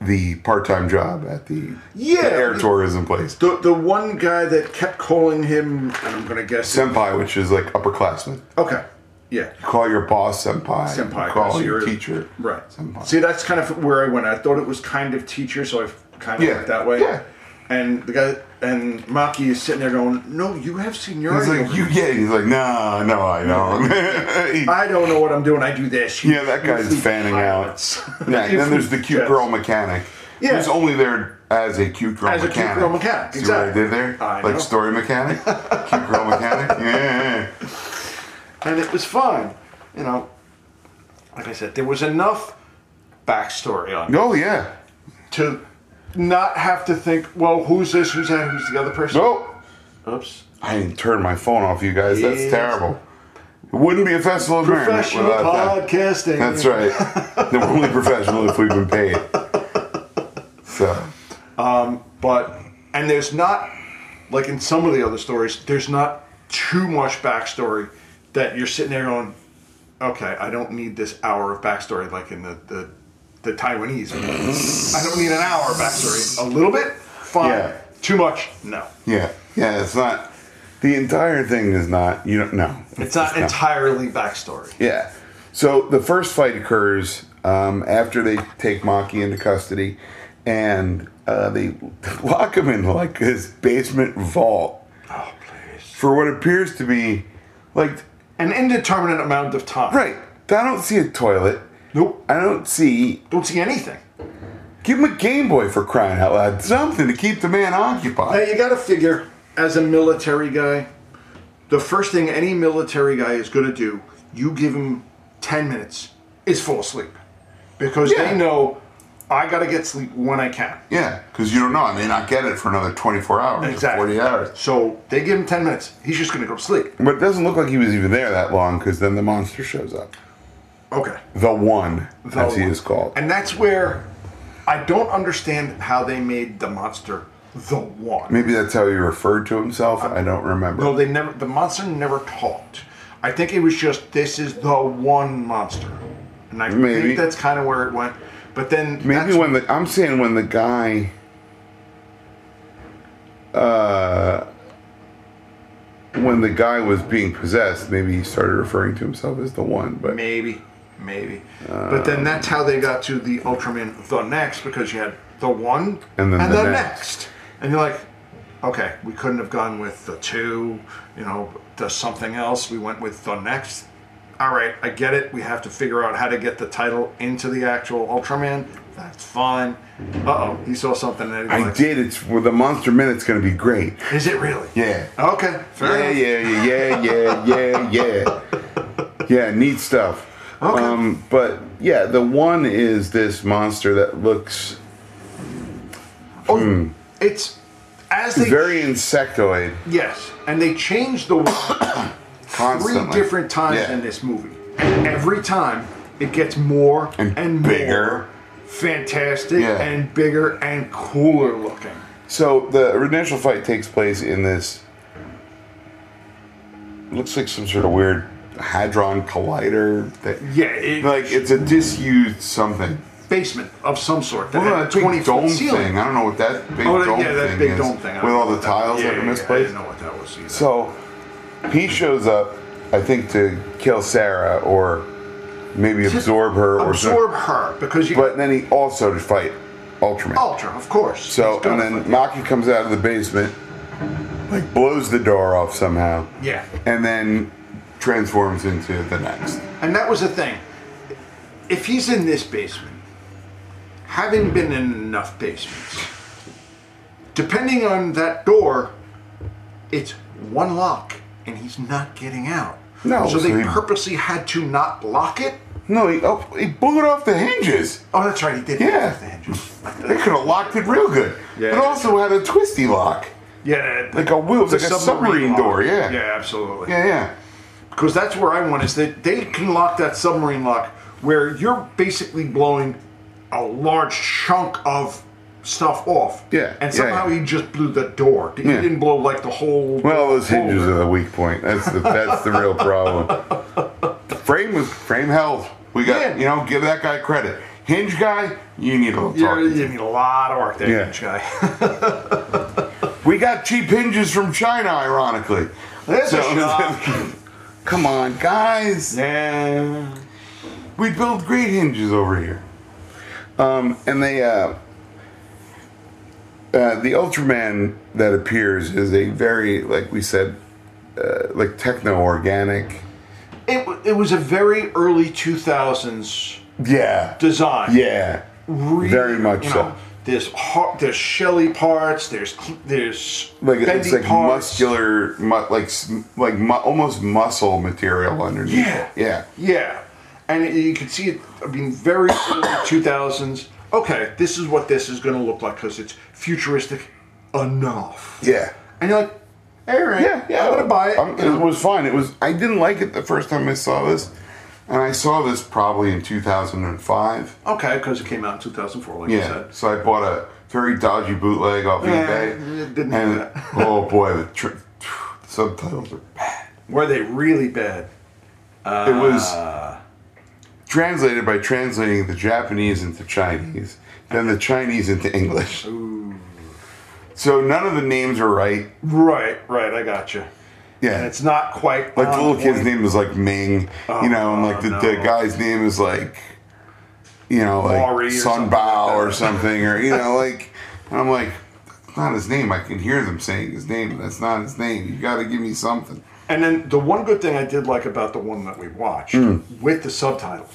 B: the part-time job at the,
C: Yeah.
B: the air tourism place.
C: The the one guy that kept calling him, and I'm gonna guess.
B: Senpai, which is like upperclassmen.
C: okay. Yeah.
B: You call your boss senpai. You
C: Senpai.
B: call
C: so
B: your
C: you're-
B: teacher.
C: Right.
B: Senpai.
C: See, that's kind of where I went. I thought it was kind of teacher, so I kind of
B: Yeah,
C: went that way.
B: yeah.
C: And the guy and Maki is sitting there going, "No, you have
B: He's
C: seniority."
B: like,
C: over
B: you
C: me.
B: get it. He's like, no, no, I don't. [laughs] He-
C: I don't know what I'm doing. I do this.
B: yeah, that guy's fanning out. [laughs] Yeah, and then there's the cute
C: Yes.
B: girl mechanic.
C: Yeah.
B: Who's only there as a cute girl
C: As a
B: mechanic.
C: cute girl mechanic,
B: See what I
C: exactly.
B: did there?
C: I
B: like
C: know.
B: story mechanic? cute
C: [laughs]
B: girl mechanic? Yeah.
C: and it was fun. You know, like I said, there was enough backstory on it
B: Oh, yeah.
C: to not have to think, well, who's this, who's that, who's the other person?
B: Nope.
C: Oops.
B: I didn't turn my phone off, you guys. That's
C: Yes.
B: terrible. It wouldn't be a festival of merit
C: Professional
B: without that.
C: podcasting.
B: That's right.
C: [laughs]
B: Then we're only professional if we've been paid. So,
C: But and there's not like in some of the other stories, there's not too much backstory that you're sitting there going, okay, I don't need this hour of backstory like in the the, the Taiwanese. I don't need an hour of backstory. A little bit, fine.
B: Yeah.
C: Too much, no.
B: yeah. Yeah, it's not. The entire thing is not. You don't know.
C: It's not entirely backstory.
B: Yeah. So the first fight occurs um, after they take Maki into custody, and uh, they [laughs] lock him in like his basement vault
C: Oh please.
B: for what appears to be, like,
C: An indeterminate amount of time.
B: right. I don't see a toilet.
C: Nope.
B: I don't see.
C: Don't see anything.
B: Give him a Game Boy for crying out loud. Something to keep the man
C: Now
B: occupied.
C: you gotta figure, as a military guy, the first thing any military guy is gonna do, you give him ten minutes, is fall asleep. Because
B: Yeah.
C: they know I gotta get sleep when I can.
B: Yeah, because you don't know. I may not get it for another 24 hours or 40 hours.
C: So they give him ten minutes. He's just gonna go to sleep.
B: But it doesn't look like he was even there that long because then the monster shows up.
C: Okay.
B: The One, as he
C: one.
B: is called.
C: And that's where I don't understand how they made the monster the one.
B: Maybe that's how he referred to
C: Uh,
B: himself. I don't remember.
C: No, they never. The monster never talked. I think it was just this is the one monster, and I
B: Maybe.
C: think that's kind of where it went. But then
B: Maybe
C: that's-
B: when the I'm saying when the guy, uh, when the guy was being possessed, maybe he started referring to himself as the one. But
C: maybe, maybe. but
B: Uh,
C: then that's how they got to the Ultraman the next because you had the one
B: And then the
C: the
B: next.
C: next, and you're like, okay, we couldn't have gone with the two, you know, the something else. We went with the next. All right, I get it. We have to figure out how to get the title into the actual Ultraman. That's fine. Uh oh, he saw something that he
B: I
C: liked.
B: did. It's well, the monster minute's going to be great.
C: Is it really?
B: Yeah.
C: Okay. Fair
B: Yeah,
C: enough.
B: yeah, yeah, yeah, yeah, yeah, yeah. Yeah, neat stuff.
C: Okay.
B: Um, but yeah, the one is this monster that looks
C: Oh, It's as they
B: Hmm. very insectoid.
C: yes, and they changed the three
B: Constantly.
C: different times
B: Yeah.
C: in this movie, and every time it gets more
B: And
C: and,
B: bigger.
C: more fantastic,
B: Yeah.
C: and bigger and cooler looking.
B: So the initial fight takes place in this. Looks like some sort of weird hadron collider. That,
C: Yeah, it,
B: like it's a disused something.
C: basement of some sort. That
B: What
C: had
B: about
C: a
B: that
C: 20
B: big dome
C: foot ceiling.
B: thing? I don't know what that big
C: Oh, that-
B: dome
C: yeah, that
B: thing
C: big
B: is,
C: dome thing. I
B: with
C: don't
B: all
C: know
B: the
C: what that-
B: tiles
C: yeah, yeah,
B: that are
C: yeah, I
B: misplaced.
C: didn't know what that was either.
B: So he shows up, I think, to kill Sarah or maybe absorb her or
C: absorb
B: something.
C: her because you
B: But then he also to fight Ultraman.
C: ultra, of course.
B: so
C: It's gonna
B: and then
C: affect-
B: Maki comes out of the basement, like blows the door off somehow,
C: yeah,
B: and then transforms into the next.
C: And that was the thing. If he's in this basement, having been in enough basements, depending on that door, it's one lock and he's not getting out.
B: No,
C: So they
B: so he-
C: purposely had to not lock it.
B: No, he oh, he blew it off the hinges.
C: Oh, that's right, he did.
B: Yeah.
C: lock the hinges.
B: They could have locked it real good.
C: Yeah.
B: It also had a twisty lock,
C: Yeah.
B: like a wheel, like a submarine,
C: lock.
B: door. Yeah.
C: Yeah, absolutely.
B: yeah, yeah.
C: Because that's where I want is that they can lock that submarine lock where you're basically blowing a large chunk of stuff off.
B: Yeah,
C: And
B: yeah,
C: somehow
B: yeah.
C: he just blew the door. He
B: Yeah.
C: didn't blow like the whole.
B: Well, those hinges
C: whole-
B: are the weak point. That's the that's the real problem. The frame was frame held. We got
C: Yeah.
B: you know give that guy credit. Hinge guy, you need a little
C: Yeah,
B: talk.
C: you need a lot of work there,
B: Yeah.
C: Hinge [laughs] guy.
B: We got cheap hinges from China, ironically.
C: There's a
B: So-
C: shop.
B: [laughs] Come on, guys.
C: Yeah.
B: We build great hinges over here. Um, and they, uh, uh, the Ultraman that appears is a very, like we said, uh, like techno organic.
C: It, wa- it was a very early 2000s
B: Yeah.
C: design.
B: Yeah.
C: Really,
B: Very much
C: you
B: so.
C: know, There's har there's shelly parts. There's there's
B: Like
C: bendy
B: it's like
C: parts.
B: muscular, mu- like s- like mu- almost muscle material underneath.
C: Yeah.
B: it. Yeah.
C: Yeah, and it- you can see it. I mean, very early [coughs] 2000s. Okay, this is what this is going to look like because it's futuristic enough.
B: Yeah.
C: And you're like, all right,
B: Yeah, yeah,
C: I'm gonna buy it.
B: Um, it was fine. It was. I didn't like it the first time I saw this, and I saw this probably in 2005.
C: okay, because it came out in 2004, like you
B: Yeah.
C: said.
B: So I bought a very dodgy bootleg off
C: Yeah,
B: eBay.
C: it didn't
B: and,
C: have that.
B: oh boy, the tr- the subtitles are bad.
C: Were they really bad?
B: it was
C: Uh.
B: translated by translating the Japanese into Chinese, then the Chinese into English. So none of the names are right.
C: Right, right. I got you.
B: Yeah.
C: And it's not quite
B: Like the
C: on
B: little kid's
C: point.
B: name is like Ming, you know, and like the, the
C: Um, Oh, no.
B: guy's name is like, you know,
C: Maury
B: like
C: or
B: Sun
C: something
B: Bao
C: like
B: or
C: that.
B: something, or you
C: [laughs]
B: know, like, and I'm like, that's not his name. I can hear them saying his name. That's not his name. You got to give me something.
C: And then the one good thing I did like about the one that we watched
B: Mm.
C: with the subtitles,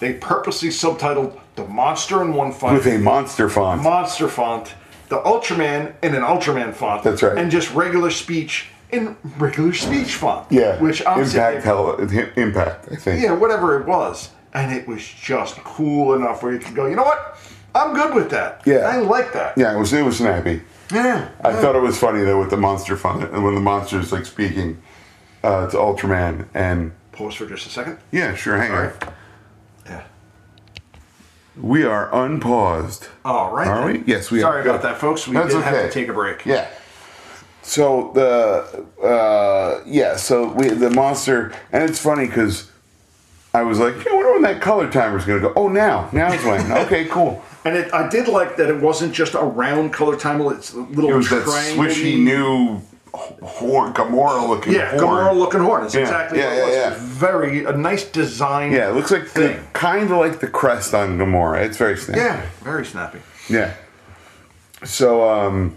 C: they purposely subtitled the monster in one font
B: With a monster font.
C: monster font, the Ultraman in an Ultraman font.
B: That's right.
C: And just regular speech in regular speech font.
B: yeah.
C: Which I'm
B: impact
C: impact saying,
B: hell impact. I think.
C: yeah, whatever it was, and it was just cool enough where you can go, you know what? I'm good with that.
B: Yeah.
C: I like that.
B: Yeah, it was it was snappy.
C: Yeah.
B: I thought it was funny though with the monster font and when the monster's like speaking uh, to Ultraman and
C: Pause for just a second.
B: yeah, sure, hang on.
C: Alright. Yeah.
B: We are unpaused.
C: All right.
B: Are
C: then.
B: we? Yes, we are.
C: Sorry
B: Go.
C: about that, folks. We
B: That's
C: did have
B: okay.
C: to take a break.
B: Yeah. So the uh, yeah, so we the monster, and it's funny because I was like, yeah, I wonder when that color timer's gonna go. Oh, now, now's when. okay,
C: [laughs]
B: cool.
C: And it, I did like that it wasn't just a round color timer. It's a little
B: It was that
C: triangle.
B: swishy new horn, Gamora looking.
C: Yeah, Gamora looking horn. That's exactly
B: yeah,
C: what
B: yeah,
C: it was.
B: yeah.
C: It was Very a nice design.
B: Yeah, it looks like the,
C: Thing.
B: kind of like the crest on Gamora. It's very snappy.
C: Yeah, very snappy.
B: Yeah. So um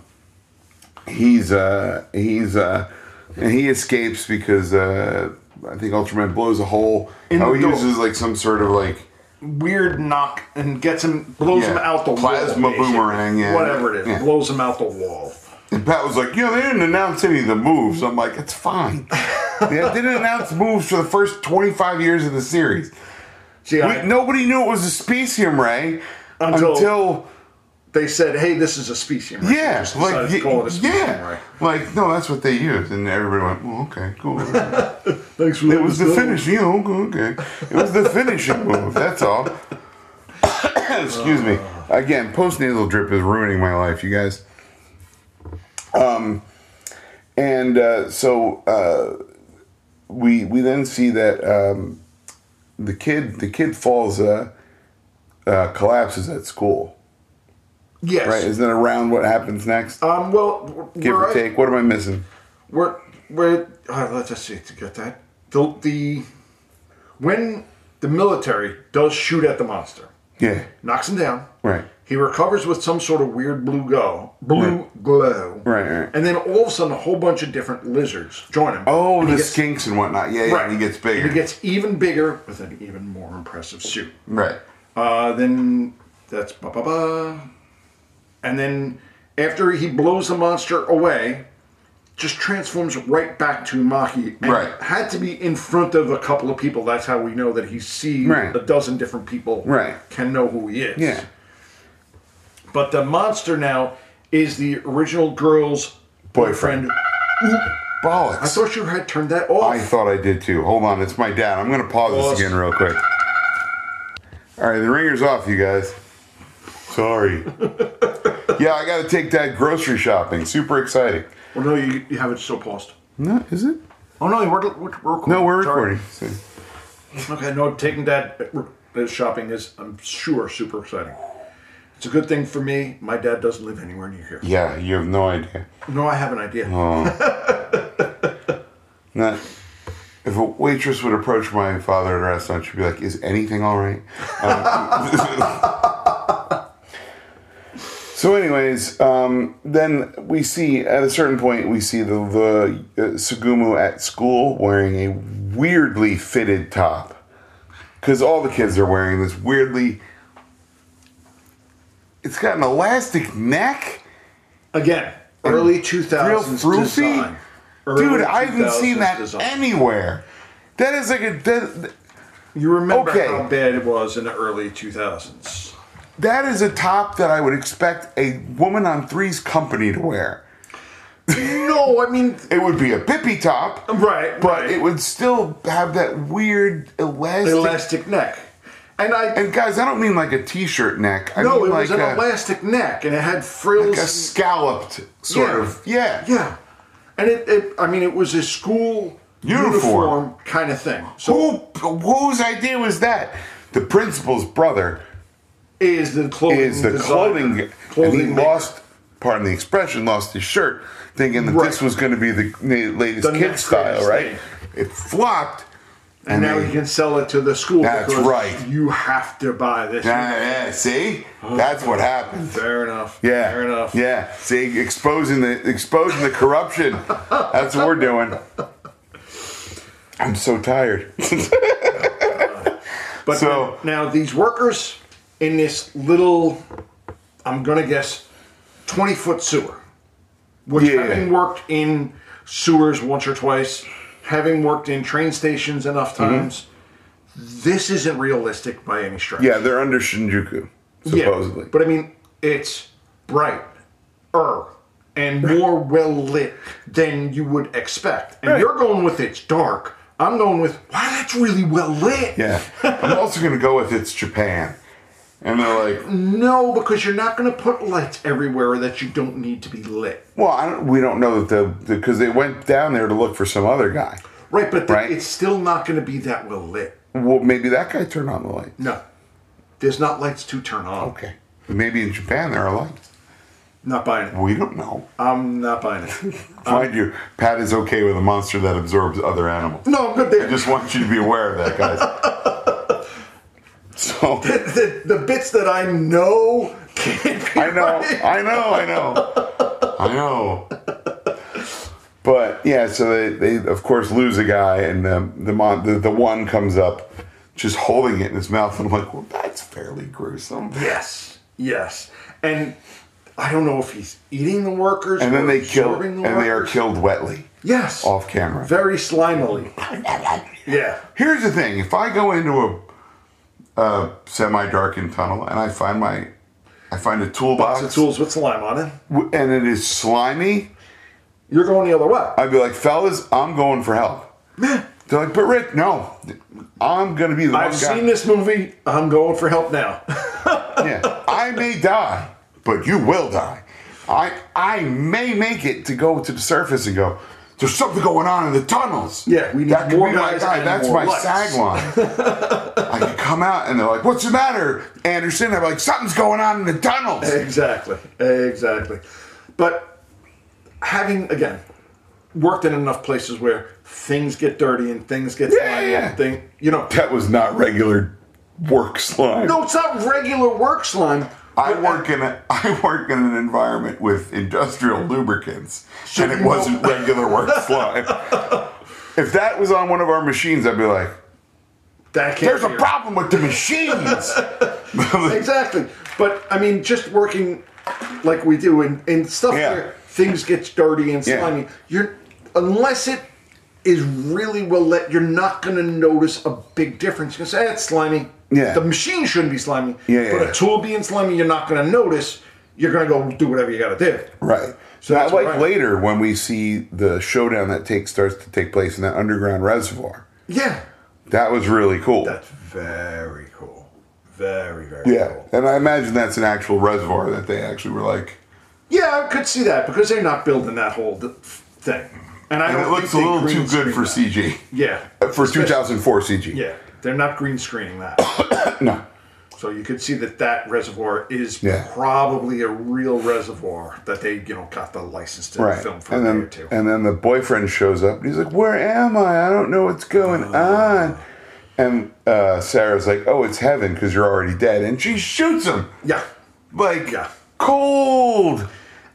B: he's uh he's uh and he escapes because uh I think Ultraman blows a hole.
C: In
B: oh,
C: the
B: he
C: door.
B: uses like some sort of like
C: Weird knock and gets him, blows
B: Yeah.
C: him out the
B: Plasma
C: wall. basically.
B: boomerang, yeah.
C: Whatever it is,
B: Yeah.
C: blows him out the wall.
B: and Pat was like, you know, they didn't announce any of the moves. I'm like,
C: [laughs]
B: it's fine. they didn't announce moves for the first 25 years of the series.
C: See,
B: We,
C: I,
B: nobody knew it was a specium ray
C: Until-
B: until
C: they said, "Hey, this is a species." Right? They
B: Yeah,
C: just
B: like
C: decided to
B: y-
C: call it a species,
B: yeah,
C: right?
B: like no, that's what they used, and everybody went, well, "Okay, cool."
C: [laughs]
B: it
C: Thanks for it
B: was the finish, you know, okay, okay. It was the finishing move. That's all. [coughs] Excuse me. Again, postnasal drip is ruining my life, you guys. Um, and uh, so uh, we we then see that um, the kid the kid falls uh, uh, collapses at school.
C: Yes.
B: Right? Isn't it around what happens next?
C: Um. Well,
B: give
C: we're
B: or take. What am I missing?
C: We're we're uh, let's just see to get that the the when the military does shoot at the monster,
B: Yeah,
C: knocks him down.
B: right.
C: He recovers with some sort of weird blue go, blue glow.
B: Right, right.
C: And then all of a sudden, a whole bunch of different lizards join him.
B: Oh,
C: And
B: the
C: he gets-
B: skinks and whatnot. Yeah, yeah.
C: right.
B: And he gets bigger.
C: And he gets even bigger with an even more impressive suit.
B: right.
C: Uh, then that's ba ba ba. And then after he blows the monster away, just transforms right back to Maki. And
B: Right.
C: Had to be in front of a couple of people. That's how we know that he's seen
B: Right.
C: a dozen different people.
B: Right.
C: Can know who he is.
B: Yeah.
C: But the monster now is the original girl's
B: Boyfriend.
C: boyfriend.
B: Bollocks.
C: I thought you had turned that off.
B: I thought I did too. Hold on, it's my dad. I'm gonna pause
C: Pause.
B: this again real quick. All right, the ringer's off, you guys. Sorry. [laughs] yeah, I gotta take dad grocery shopping. Super exciting.
C: well, Oh, no, you, you have it still paused.
B: No, is it?
C: Oh no, we're, we're, we're recording.
B: No, we're
C: Sorry.
B: recording. So-
C: Okay, no, taking dad uh, shopping is, I'm sure, super exciting. It's a good thing for me. My dad doesn't live anywhere near here.
B: Yeah, you have no idea.
C: No, I have an idea.
B: Not If a waitress would approach my father at a restaurant, she'd be like, "Is anything all right?" Um, [laughs] so, anyways, um, then we see at a certain point we see the, the uh, Sugumu at school wearing a weirdly fitted top because all the kids are wearing this weirdly. It's got an elastic neck.
C: Again, early 2000s
B: real
C: design.
B: fruity.
C: Early
B: Dude, I haven't seen
C: 2000s
B: that
C: design.
B: anywhere. That is like a that,
C: You remember
B: Okay.
C: how bad it was in the early
B: [laughs]
C: 2000s.
B: that is a top that I would expect a woman on Three's Company to wear.
C: No, I mean,
B: It would be a pippy top,
C: right,
B: but
C: right.
B: it would still have that weird elastic.
C: elastic neck. And I
B: and guys, I don't mean like a t-shirt neck. I
C: no,
B: mean
C: it
B: like
C: was an
B: a,
C: elastic neck, and it had frills.
B: like a scalloped sort
C: Yeah.
B: of yeah.
C: yeah, and it, it. I mean, it was a school
B: Uniform.
C: kind of thing. So
B: Who whose idea was that? The principal's brother
C: is the clothing
B: is the
C: designer,
B: clothing, and
C: clothing
B: he
C: maker.
B: lost pardon the expression lost his shirt thinking that
C: Right.
B: this was going to be the na- latest
C: The
B: kid
C: next
B: style
C: greatest
B: right
C: thing.
B: it flopped
C: and now
B: they-
C: he can sell it to the school.
B: That's
C: because
B: right.
C: You have to buy this.
B: yeah, yeah, see that's what happened
C: Fair enough.
B: yeah
C: Fair enough.
B: yeah see exposing the exposing the corruption that's what we're doing i'm so tired
C: But
B: So-
C: now, now these workers in this little, I'm gonna guess, 20 foot sewer, which
B: Yeah.
C: having worked in sewers once or twice, having worked in train stations enough
B: Mm-hmm.
C: times, this isn't realistic by any stretch.
B: yeah they're under shinjuku
C: Yeah,
B: supposedly
C: but I mean, it's brighter and more well lit than you would expect. And
B: Right.
C: you're going with it's dark. I'm going with wow, that's really well lit.
B: yeah i'm also going to go with it's japan and they're like
C: No, because you're not going to put lights everywhere that you don't need to be lit.
B: Well, I don't, we don't know that the because they went down there to look for some other guy.
C: Right, but the-
B: Right.
C: it's still not going to be that well lit.
B: Well, maybe that guy turned on the light.
C: No. There's not lights to turn on.
B: Okay, maybe in Japan there are lights.
C: Not buying it.
B: We don't know.
C: I'm not buying it. [laughs]
B: Mind you, Pat is okay with a monster that absorbs other animals.
C: no, I'm good
B: I
C: there.
B: just want you to be aware of that, guys. so
C: [laughs] the, the bits that I know can't be
B: I know,
C: right.
B: I know, I know, I know. But yeah, so they, they of course lose a guy, and the the, mon- the the one comes up, just holding it in his mouth, and I'm like, well, that's fairly gruesome.
C: Yes, yes. And I don't know if he's eating the workers
B: And then
C: or
B: they kill,
C: absorbing
B: and
C: the
B: they are
C: workers.
B: killed wetly
C: Yes.
B: off camera.
C: Very slimily. Yeah.
B: Here's the thing: if I go into a, a semi-darkened tunnel and I find my, I find a toolbox,
C: Lots of tools with slime on it.
B: w- and it is slimy,
C: You're going the other way.
B: I'd be like, fellas, I'm going for help. They're like, but Rick, no, I'm gonna be the
C: I've
B: one guy.
C: seen this movie. I'm going for help now. [laughs]
B: Yeah, I may die, but you will die. I I may make it to go to the surface and go. There's something going on in the tunnels.
C: Yeah, we need
B: that could
C: more
B: be my
C: guys
B: guy.
C: and
B: That's
C: more
B: my
C: lights." [laughs]
B: sag line. I could come out and they're like, "What's the matter, Anderson?" I'm like, "Something's going on in the tunnels."
C: exactly. Exactly. But having again worked in enough places where things get dirty and things get
B: Yeah,
C: slimy
B: yeah.
C: and thing you know
B: That was not regular work slime.
C: No, it's not regular work slime.
B: I
C: but- uh,
B: work in a [laughs] I work in an environment with industrial lubricants, and it
C: you
B: wasn't
C: know-
B: regular
C: [laughs]
B: work slime. if that was on one of our machines, I'd be like,
C: that can't
B: "There's a
C: be-
B: problem with the machines."
C: Exactly. But I mean, just working like we do and, and stuff
B: Yeah.
C: where things get dirty and
B: Yeah.
C: slimy, you're unless it is really well lit, you're not gonna notice a big difference. You can say "Eh, it's slimy.
B: Yeah.
C: The machine shouldn't be slimy.
B: Yeah, yeah,
C: But
B: yeah.
C: a tool being slimy, you're not gonna notice. You're gonna go do whatever you gotta do.
B: [laughs] right. So
C: that's
B: like
C: right.
B: later when we see the showdown that takes starts to take place in that underground reservoir.
C: Yeah.
B: That was really cool.
C: That's very cool. Very, very
B: yeah,
C: cool.
B: and I imagine that's an actual reservoir that they actually were like.
C: Yeah, I could see that because they're not building that whole th- thing. And I
B: And
C: don't
B: it
C: think
B: looks a
C: they
B: little
C: green
B: too good
C: screen
B: for
C: that.
B: CG.
C: Yeah.
B: [laughs] For
C: Especially-
B: 2004 CG.
C: Yeah, they're not green screening that.
B: [coughs] No.
C: So you could see that that reservoir is
B: Yeah.
C: probably a real reservoir that they, you know, got the license to
B: Right.
C: film for a
B: and then
C: day or two.
B: and then the boyfriend shows up and he's like, "Where am I? I don't know what's going
C: Oh.
B: on." And uh, Sarah's like, "Oh, it's heaven because you're already dead," and she shoots him
C: yeah.
B: like
C: Yeah.
B: cold.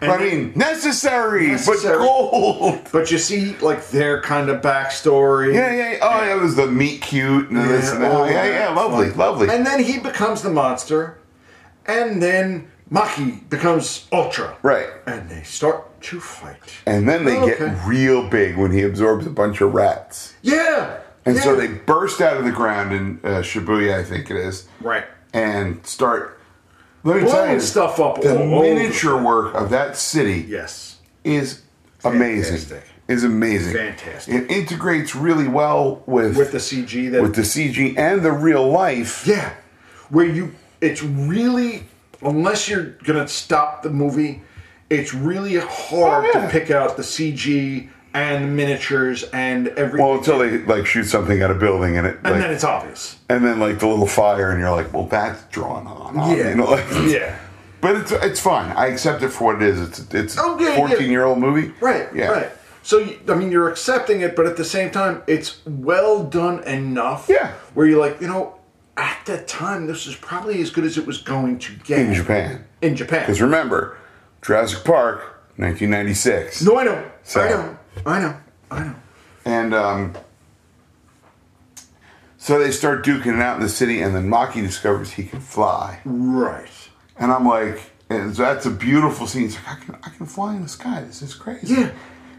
B: I
C: then-
B: mean, necessary,
C: Necessary.
B: but cold.
C: But you see, like, their kind of backstory.
B: Yeah, yeah. yeah. Oh, yeah, it was the meat cute and this and that.
C: all
B: Oh, yeah,
C: that.
B: yeah. Lovely,
C: Like-
B: lovely.
C: And then he becomes the monster, and then Maki becomes Ultra.
B: Right.
C: And they start to fight.
B: And then they
C: Oh, okay.
B: get real big when he absorbs a bunch of rats.
C: Yeah.
B: And so
C: yeah.
B: they burst out of the ground in uh, Shibuya, I think it is.
C: Right.
B: And start. Let me tell
C: blowing
B: you,
C: stuff up.
B: the
C: all over.
B: miniature work of that city
C: Yes.
B: is amazing.
C: Fantastic.
B: Is amazing.
C: Fantastic.
B: It integrates really well with
C: With the CG that
B: with the CG and the real life.
C: Yeah, where you it's really unless you're gonna stop the movie, it's really hard
B: Oh, yeah.
C: to pick out the CG and the miniatures and everything.
B: Well, until they like shoot something at a building and it
C: and
B: like,
C: then it's obvious.
B: and then like the little fire, and you're like, well, that's drawn on. on,"
C: Yeah.
B: you know, like-
C: [laughs] Yeah.
B: But it's it's fine. I accept it for what it is. It's it's a
C: Okay, yeah.
B: fourteen year old movie.
C: Right.
B: Yeah.
C: Right. So you- I mean, you're accepting it, but at the same time, it's well done enough.
B: Yeah.
C: Where you're like, you know, at that time, this is probably as good as it was going to get
B: In Japan,
C: In Japan.
B: because remember, Jurassic Park, nineteen ninety six.
C: no, I know.
B: So-
C: I know. I know. I know.
B: And um, so they start duking it out in the city, and then Maki discovers he can fly.
C: Right.
B: And I'm like, and so that's a beautiful scene. It's like I can I can fly in the sky. This is crazy.
C: Yeah.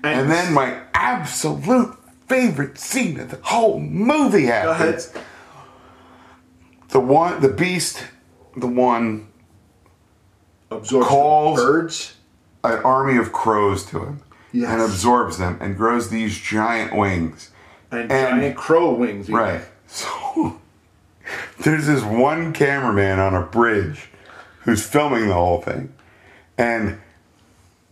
B: And then my absolute favorite scene of the whole movie happens.
C: ahead.
B: The one, the beast, the one,
C: absorbs
B: Calls-
C: birds.
B: an army of crows to him,
C: Yes.
B: and absorbs them, and grows these giant wings.
C: and,
B: And-
C: giant crow wings. even.
B: Right. So [laughs] there's this one cameraman on a bridge who's filming the whole thing. And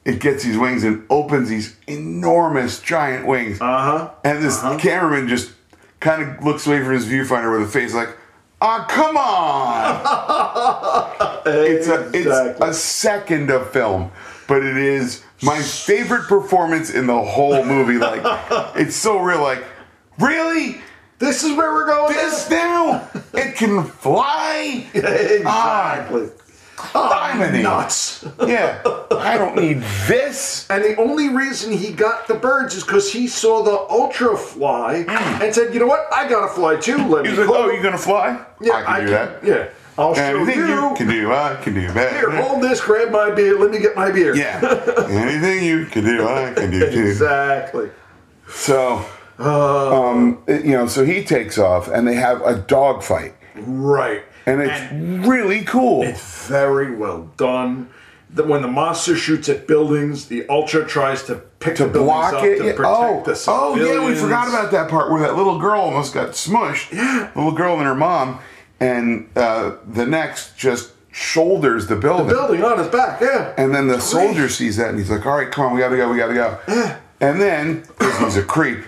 B: it gets these wings and opens these enormous giant wings.
C: Uh-huh.
B: And this cameraman just kind of looks away from his viewfinder with a face like, ah, come
C: [laughs]
B: on. it's, a, it's
C: Exactly.
B: a second of film, but it is my favorite performance in the whole
C: [laughs]
B: movie. Like, it's so real. Like, really?
C: This is where we're going.
B: This now? It can fly?
C: [laughs] exactly.
B: Ah, Blimey.
C: Nuts.
B: Yeah. I don't need this.
C: And the only reason he got the birds is because he saw the ultra fly and said, "You know what? I gotta fly too." Let
B: Hmm. He's
C: me
B: like,
C: call-
B: oh, you're going to fly?
C: yeah,
B: I can do that.
C: Yeah, I'll show
B: Anything
C: you.
B: you can do, I can do that.
C: Here, hold this. Grab my beer. Let me get my beer.
B: Yeah. Anything you can do, I can do too.
C: exactly.
B: So, um, it- you know, so he takes off and they have a dog fight.
C: Right.
B: And it's really cool.
C: It's very well done. That when the monster shoots at buildings, the ultra tries to pick
B: to
C: the buildings
B: block
C: up
B: it.
C: to
B: yeah.
C: protect
B: Oh,
C: the
B: oh, yeah, we
C: civilians.
B: forgot about that part where that little girl almost got smushed. Yeah. Little girl and her mom, and uh, the next just shoulders the building.
C: building on his back. Yeah,
B: And then the soldier sees that and he's like, all right, come on, we gotta go, we gotta go. And then, 'cause he's a creep,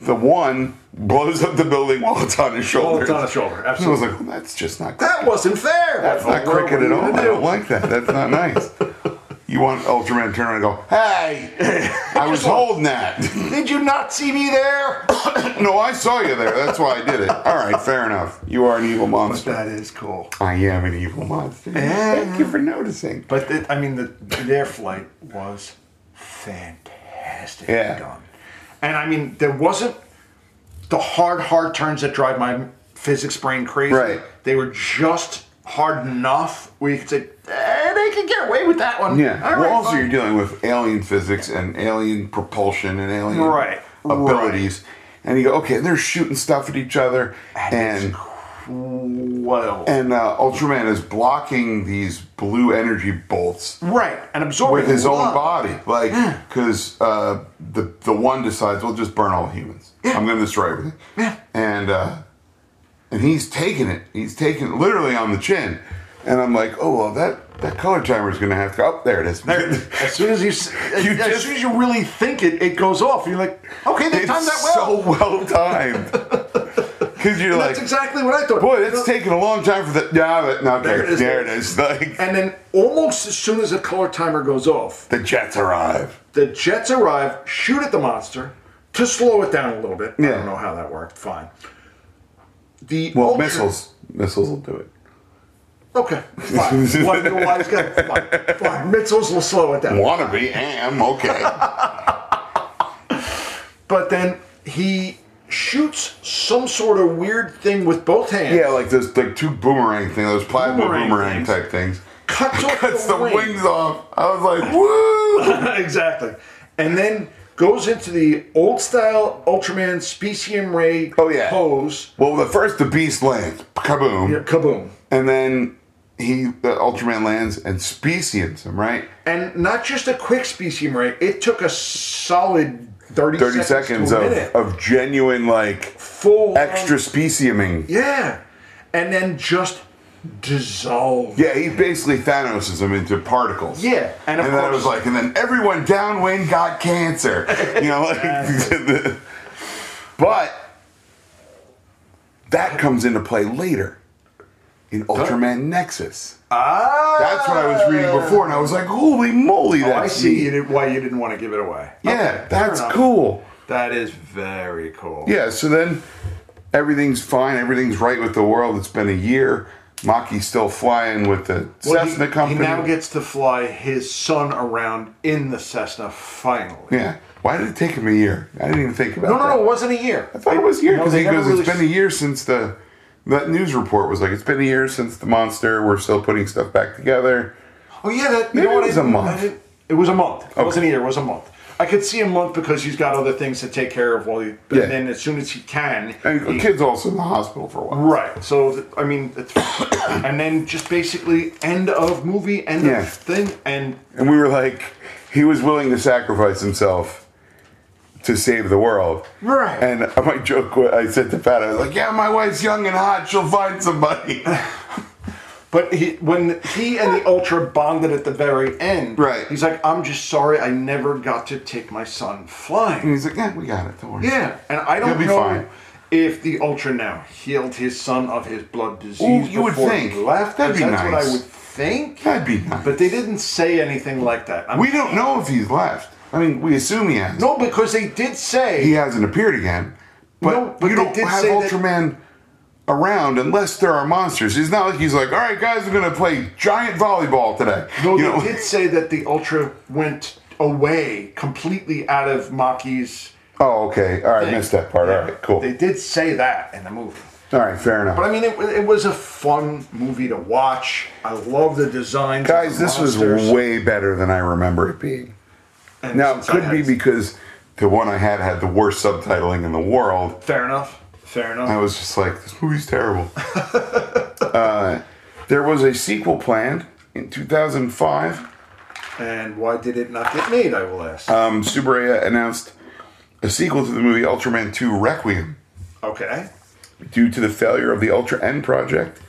B: the one blows up the building while it's on his shoulder.
C: all it's on his shoulder.
B: I was
C: Absolutely.
B: like, well, that's just not
C: That wasn't fair.
B: that's not cricket at all. I don't
C: What
B: like that. That's not nice. You want Ultraman to turn around and go,
C: [laughs]
B: hey, I was holding that.
C: do? Did you not see me
B: [coughs]
C: there?
B: no, I saw you there. That's why I did it. All right, fair enough. You are an evil monster.
C: that is cool.
B: I am an evil monster. Thank you for noticing.
C: But the, I mean, the, their flight was fantastic
B: Yeah.
C: done. And I mean, there wasn't the hard, hard turns that drive my physics brain crazy.
B: Right.
C: They were just hard enough where you could say, eh, they could get away with that one.
B: Yeah.
C: All
B: well,
C: right,
B: also,
C: fine."
B: you're dealing with alien physics and alien propulsion and alien
C: Right,
B: abilities. And you go, okay, they're shooting stuff at each other.
C: And
B: and
C: it's Well.
B: and uh, Ultraman is blocking these blue energy bolts
C: right. And absorbing
B: with his own
C: love.
B: body, like because uh, the the one decides, "We'll just burn all humans. I'm going to destroy everything."
C: Yeah.
B: And uh, and he's taking it. He's taking it literally on the chin. And I'm like, "Oh well, that that color timer is going to have to." Oh, there it is.
C: There, as
B: [laughs]
C: soon as you, s- as,
B: You
C: as
B: just-
C: soon as you really think it, it goes off. You're like, okay, they
B: it's [laughs]
C: timed that well.
B: so well timed. Because you're
C: And
B: like,
C: that's exactly what I thought.
B: boy,
C: You
B: it's
C: know?
B: taking a long time for that. Yeah, but no, okay,
C: There it is.
B: there it is. Like
C: And then almost as soon as the color timer goes off,
B: the Jets arrive.
C: the jets arrive, shoot at the monster to slow it down a little bit. I
B: Yeah.
C: don't know how that worked. Fine. The
B: Well,
C: ultra-
B: missiles, missiles will do it.
C: Okay,
B: [laughs]
C: fine. One the wise guy. Fine, fine. Missiles will slow it down.
B: Wannabe am
C: [laughs]
B: okay.
C: But then he shoots some sort of weird thing with both hands.
B: yeah, like those like two boomerang thing, those plasma
C: Boomerang
B: boomerang,
C: things.
B: type things.
C: cuts off
B: Cuts
C: the,
B: the
C: wing.
B: wings off. I was like,
C: [laughs]
B: woo!
C: exactly. And then goes into the old style Ultraman specium ray
B: Oh, yeah.
C: pose.
B: Well, the first the beast lands, kaboom,
C: Yeah, kaboom.
B: and then he the Ultraman lands and speciums him, right?
C: And not just a quick specium ray, it took a solid 30,
B: 30
C: seconds,
B: seconds
C: to a
B: of,
C: minute.
B: of genuine like
C: full
B: extra speciuming. Yeah.
C: Yeah. And then just dissolve.
B: he basically Thanos him into particles.
C: Yeah, and
B: And,
C: of
B: then I
C: course-
B: was like, and then everyone downwind got
C: [laughs]
B: cancer. You know, like, [laughs] but that comes into play later in Ultraman Nexus.
C: Ah,
B: That's what I was reading before, and I was like, holy moly,
C: Oh, I
B: that's
C: see you
B: neat.
C: did, why you didn't want to give it away.
B: Yeah,
C: Okay, fair
B: that's
C: enough.
B: cool.
C: That is very cool.
B: Yeah, so then everything's fine, everything's right with the world. It's been a year. Maki's still flying with the
C: Well,
B: Cessna
C: he,
B: company.
C: He now gets to fly his son around in the Cessna finally.
B: yeah. Why did it take him a year? I didn't even think about
C: No, no,
B: that.
C: no, it wasn't a year.
B: I thought it was a year
C: No,
B: because
C: they
B: he
C: never
B: goes,
C: really
B: it's been a year since the that news report was like, it's been a year since the monster. We're still putting stuff back together.
C: Oh yeah, that you
B: Maybe
C: know
B: it
C: what, I
B: was a
C: didn't-
B: month.
C: I didn't- it was a month. It wasn't a year. It was a month. I could see a month because he's got other things to take care of. While he, but
B: Yeah.
C: then as soon as he can,
B: And the
C: he-
B: kid's also in the hospital for a while.
C: right. So th- I mean, it's, [coughs] and then just basically end of movie, end
B: Yeah.
C: of thing, and
B: And we were like, he was willing to sacrifice himself to save the world.
C: Right.
B: And [laughs] my joke, wa- I said to Pat, I was like, yeah, my wife's young and hot. She'll find somebody. [laughs]
C: But he, when he and the Ultra bonded at the very end,
B: Right.
C: He's like, "I'm just sorry, I never got to take my son
B: And
C: flying."
B: he's like, yeah, we got it. Don't worry.
C: Yeah, and I don't
B: He'll be
C: know
B: fine.
C: if the Ultra now healed his son of his blood disease.
B: Ooh, you would
C: before
B: think.
C: he left.
B: That'd be
C: that's what I
B: nice.
C: would think.
B: That'd be nice.
C: But they didn't say anything like that. I'm-
B: We don't know if he's left. I mean, we assume he has.
C: no, because they did say
B: He hasn't appeared again. But,
C: No, but
B: you
C: they
B: don't
C: did
B: have
C: say that-
B: Ultraman around unless there are monsters. It's not like he's like, all right, guys, we're going to play giant volleyball today.
C: No,
B: You
C: they
B: know?
C: did say that the Ultra went away completely out of Maki's.
B: [laughs] Oh, okay. All right, I missed that part. All right, cool.
C: They did say that in the movie.
B: All right, fair enough.
C: But I mean, it, it was a fun movie to watch. I love the design.
B: Guys, this was way better than I remember it being. Now, it could be because the one I had had the worst subtitling in the world.
C: fair enough. Fair enough.
B: I was just like, this
C: [laughs]
B: movie's terrible. uh, there was a sequel planned in 2005.
C: and why did it not get made? I will ask.
B: Um, Subaraya announced a sequel to the movie Ultraman 2 Requiem.
C: okay.
B: Due to the failure of the Ultra N project,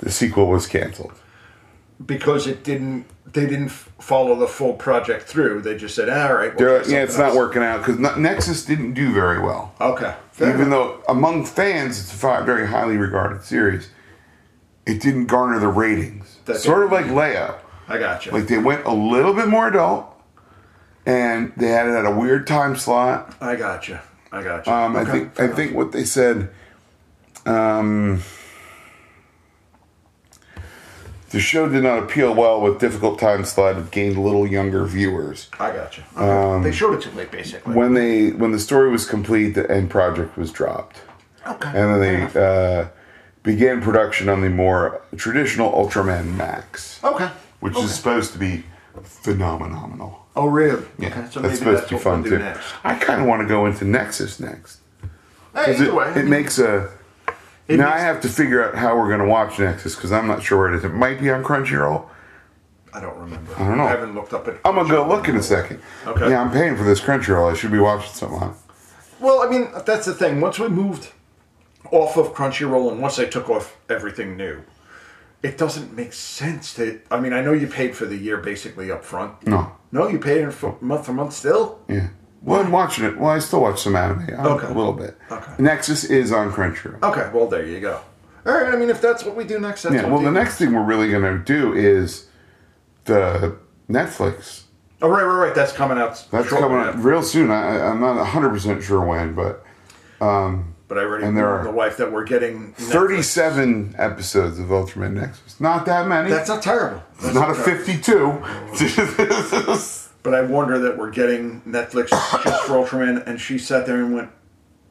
B: the sequel was canceled.
C: Because it didn't. They didn't f- follow the full project through. They just said, "All right, we'll
B: They're
C: do
B: like, yeah, it's not
C: something
B: working out because Nexus didn't do very well.
C: else." Okay. Fair
B: even
C: enough.
B: though among fans it's a fi- very highly regarded series, it didn't garner the ratings.
C: That's
B: sort
C: it.
B: of like Leia.
C: I got you.
B: Like they went a little bit more adult, and they had it at a weird time slot.
C: I got you. I got you.
B: Um, I
C: Okay,
B: think
C: fair
B: I think what they said. Um, the show did not appeal well with difficult time slot. It gained little younger viewers.
C: enough. I got you. Okay. they showed it too late, basically.
B: um, When they when the story was complete, the end project was dropped.
C: okay.
B: and then
C: Uh-huh.
B: they uh, began production on the more traditional Ultraman Max,
C: okay.
B: which
C: okay.
B: is supposed to be phenomenal.
C: oh really?
B: Yeah,
C: Okay, so maybe
B: that's supposed to be
C: what we'll
B: fun
C: do
B: too.
C: Next.
B: I kind of want to go into Nexus next.
C: Hey,
B: 'Cause
C: either
B: It,
C: way, I
B: it
C: mean,
B: makes a.
C: it
B: now
C: makes-
B: I have to figure out how we're going to watch Nexus because I'm not sure where it is. It might be on Crunchyroll.
C: I don't remember.
B: I don't know.
C: I haven't looked up at.
B: I'm gonna go look in a second.
C: Okay.
B: Yeah, I'm paying for this Crunchyroll. I should be watching something on. it.
C: Well, I mean, that's the thing. Once we moved off of Crunchyroll and once I took off everything new, it doesn't make sense to. I mean, I know you paid for the year basically up front.
B: No.
C: No, you paid in for month for month still.
B: Yeah. Well, I'm watching it. Well, I still watch some anime. I-
C: Okay.
B: A little bit.
C: Okay.
B: Nexus is on Crunchyroll.
C: Okay, well there you go. All right, I mean if that's what we do next, that's
B: yeah.
C: what
B: Well,
C: we
B: the
C: do
B: next thing we're really going to do is the Netflix.
C: Oh right, right, right. That's coming out.
B: That's
C: shortly,
B: coming up
C: yeah.
B: real soon. I, I- I'm not 100% sure when, but
C: But I already
B: and there
C: warned
B: are
C: the wife that we're getting Netflix.
B: 37 episodes of Ultraman Nexus. Not that many.
C: That's not terrible.
B: It's
C: That's
B: not a
C: terrible.
B: [laughs] 52.
C: But I warned her that we're getting Netflix [coughs] just for Ultraman, and she sat there and went,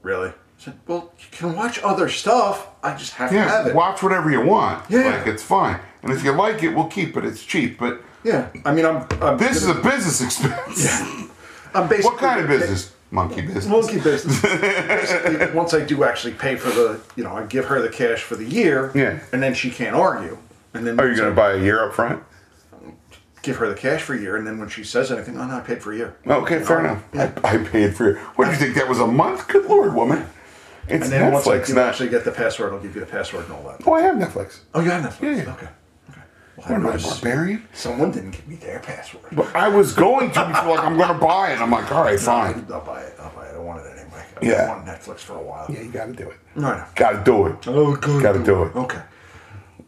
C: "Really?" I said, "Well, you can watch other stuff. I just have to have
B: yeah,
C: it."
B: watch whatever you want.
C: Yeah.
B: Like, it's fine. And if you like it, we'll keep it. It's cheap. But
C: Yeah, I mean, I'm. I'm
B: this is a business [laughs] expense.
C: I'm basically
B: What kind of business? Monkey business.
C: Monkey
B: [laughs]
C: business. Basically, once I do actually pay for the, you know, I give her the cash for the year,
B: Yeah.
C: and then she can't argue, and then
B: Are you going to buy a year up front?
C: give her the cash for a year, and then when she says anything, oh no, I paid for a year.
B: Okay, fair enough. I, I paid for it. What do you think? That was a month? Good lord, woman. It's
C: And then once I
B: Netflix.
C: do
B: Not,
C: actually get the password, I'll give you the password and all that.
B: oh, I have Netflix.
C: Oh, you have Netflix.
B: Yeah, yeah.
C: Okay. Okay. Well,
B: What am I, a
C: was-
B: barbarian?
C: Someone didn't give me their password.
B: But I was going to before, like, I'm going to buy it. I'm like, all right, fine.
C: I'll buy it. I'll buy it. I want it anyway. I've
B: Yeah.
C: been on Netflix for a while.
B: Yeah, you got to do it.
C: No, no.
B: Got to do it.
C: Oh, good.
B: Gotta do it.
C: Okay.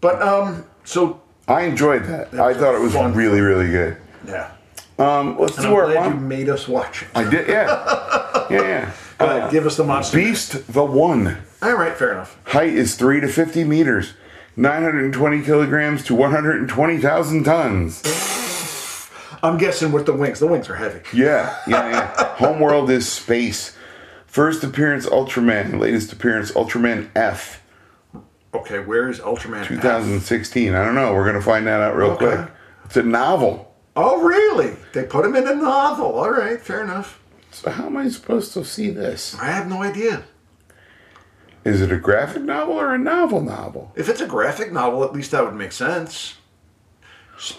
C: But um, so
B: I enjoyed that. I thought it was
C: Fun.
B: really, really good.
C: yeah.
B: Um, let's
C: And
B: do
C: I'm
B: our
C: glad you
B: one.
C: made us watch it.
B: I did, yeah, yeah, yeah.
C: Uh, give us the monster.
B: Beast the one.
C: All right, fair enough.
B: Height is three to fifty meters, nine hundred and twenty kilograms to one hundred and twenty thousand tons.
C: I'm guessing with the wings. The wings are heavy.
B: Yeah, yeah, yeah. Homeworld is space. First appearance Ultraman, latest appearance Ultraman F,
C: Okay, where is Ultraman?
B: 2016. I don't know. We're gonna find that out real
C: Okay.
B: quick. It's a novel.
C: Oh, really? They put him in a novel. All right, fair enough.
B: So how am I supposed to see this?
C: I have no idea.
B: Is it a graphic novel or a novel novel?
C: If it's a graphic novel, at least that would make sense. S-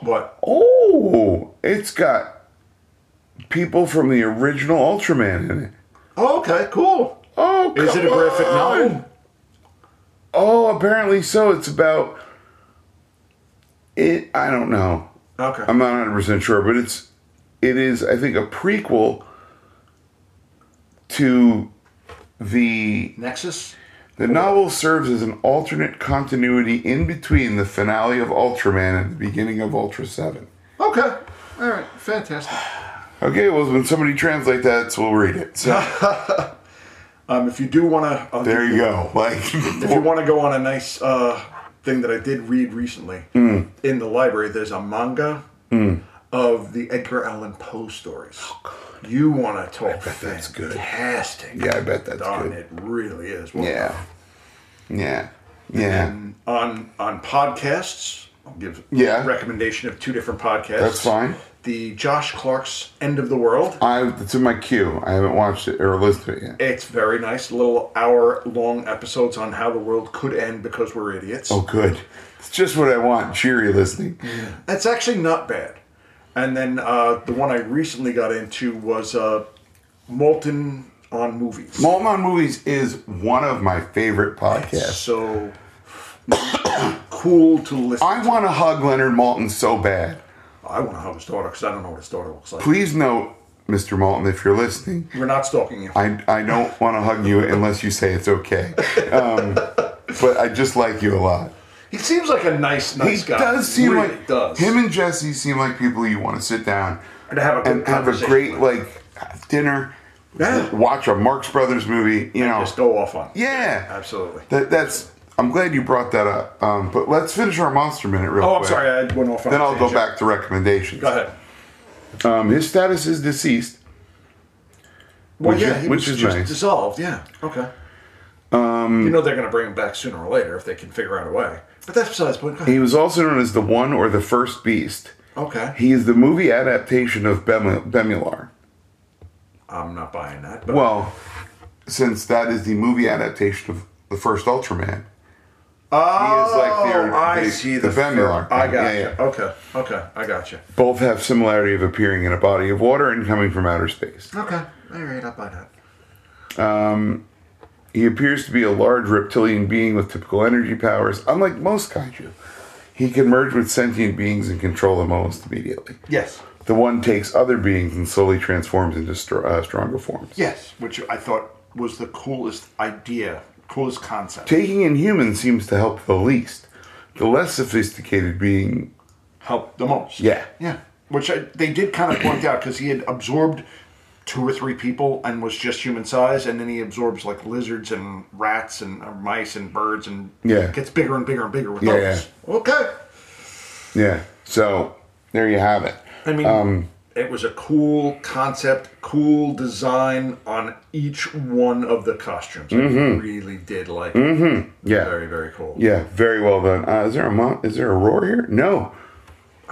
C: What?
B: Oh, it's got people from the original Ultraman in it.
C: Oh, okay, cool.
B: Oh,
C: Is it a
B: come
C: graphic
B: on.
C: novel?
B: Oh, apparently so. It's about it. I don't know.
C: Okay.
B: I'm not 100 percent sure, but it's it is. I think a prequel to the
C: Nexus?
B: the novel serves as an alternate continuity in between the finale of Ultraman and the beginning of Ultra Seven.
C: Okay. All right, fantastic.
B: Okay, well, when somebody translate that, so we'll read it.
C: [laughs]
B: So
C: Um, if you do want to,
B: there you [laughs] go. Like,
C: If you want to go on a nice uh, thing that I did read recently
B: Hmm.
C: in the library, there's a manga of the Edgar Allan Poe stories. you want to talk?
B: that's good.
C: Fantastic.
B: yeah, I bet that's
C: Darn,
B: good.
C: it really is. Well,
B: Yeah, yeah, yeah.
C: On on podcasts, I'll give
B: Yeah.
C: a recommendation of two different podcasts.
B: That's fine.
C: The Josh Clark's End of the World.
B: I it's in my queue. I haven't watched it or listened to it yet.
C: It's very nice, little hour long episodes on how the world could end because we're idiots.
B: Oh, good. It's just what I want. Cheery listening.
C: That's actually not bad. And then uh, the one I recently got into was uh, Molten on movies.
B: Molman Movies is one of my favorite podcasts.
C: So cool to listen.
B: I want to hug Leonard Malton so bad.
C: I want to hug his daughter because I don't know what his daughter looks like.
B: Please note, Mr. Malton, if you're listening,
C: We're not stalking you.
B: I, I don't want to hug you unless you say it's okay. [laughs] Um, but I just like you a lot.
C: he seems like a nice, nice
B: he
C: guy.
B: does seem
C: Really
B: like
C: does.
B: him and Jesse seem like people you want to sit down
C: And have a good
B: and have a
C: conversation
B: great
C: with.
B: like dinner,
C: Yeah.
B: watch a Marx Brothers movie. You know,
C: just go off on.
B: Oh. Yeah.
C: absolutely.
B: That, that's. I'm glad you brought that up. Um, but let's finish our monster minute real
C: Oh,
B: quick.
C: I'm sorry, I went off on.
B: Then
C: a
B: I'll go
C: tangent.
B: back to recommendations.
C: Go ahead.
B: Um, his status is deceased.
C: Well,
B: Which
C: yeah,
B: is-
C: he
B: which
C: was
B: is
C: just
B: nice.
C: dissolved. Yeah. Okay. Um, you know they're going to bring him back sooner or later if they can figure out a way. But that's besides the point. Go ahead.
B: He was also known as the One or the First Beast.
C: Okay.
B: He is the movie adaptation of Bemu- Bemular.
C: I'm not buying that. But
B: Well, since that is the movie adaptation of the first Ultraman,
C: oh,
B: is like the-
C: I
B: the-
C: see
B: the
C: the,
B: Venular
C: I
B: thing.
C: got
B: Yeah,
C: you.
B: yeah.
C: Okay. Okay. I got you.
B: both have similarity of appearing in a body of water and coming from outer space.
C: Okay. All right. I'll buy that.
B: He appears to be a large reptilian being with typical energy powers, unlike most kaiju. He can merge with sentient beings and control them almost immediately.
C: Yes.
B: The one takes other beings and slowly transforms into str- uh, stronger forms.
C: Yes, which I thought was the coolest idea, coolest concept.
B: Taking in humans seems to help the least. The less sophisticated being,
C: helped the most.
B: Yeah.
C: yeah. Which I, they did kind of point out because he had absorbed two or three people and was just human size, and then he absorbs like lizards and rats and uh, mice and birds and
B: Yeah.
C: gets bigger and bigger and bigger with
B: Yeah,
C: those. Okay.
B: yeah. So there you have it.
C: I mean,
B: Um,
C: it was a cool concept, cool design on each one of the costumes. I really did like it.
B: Yeah,
C: Very, very cool.
B: Mm-hmm. yeah. Very well done. Uh, is there a mo- is there a roar here? No,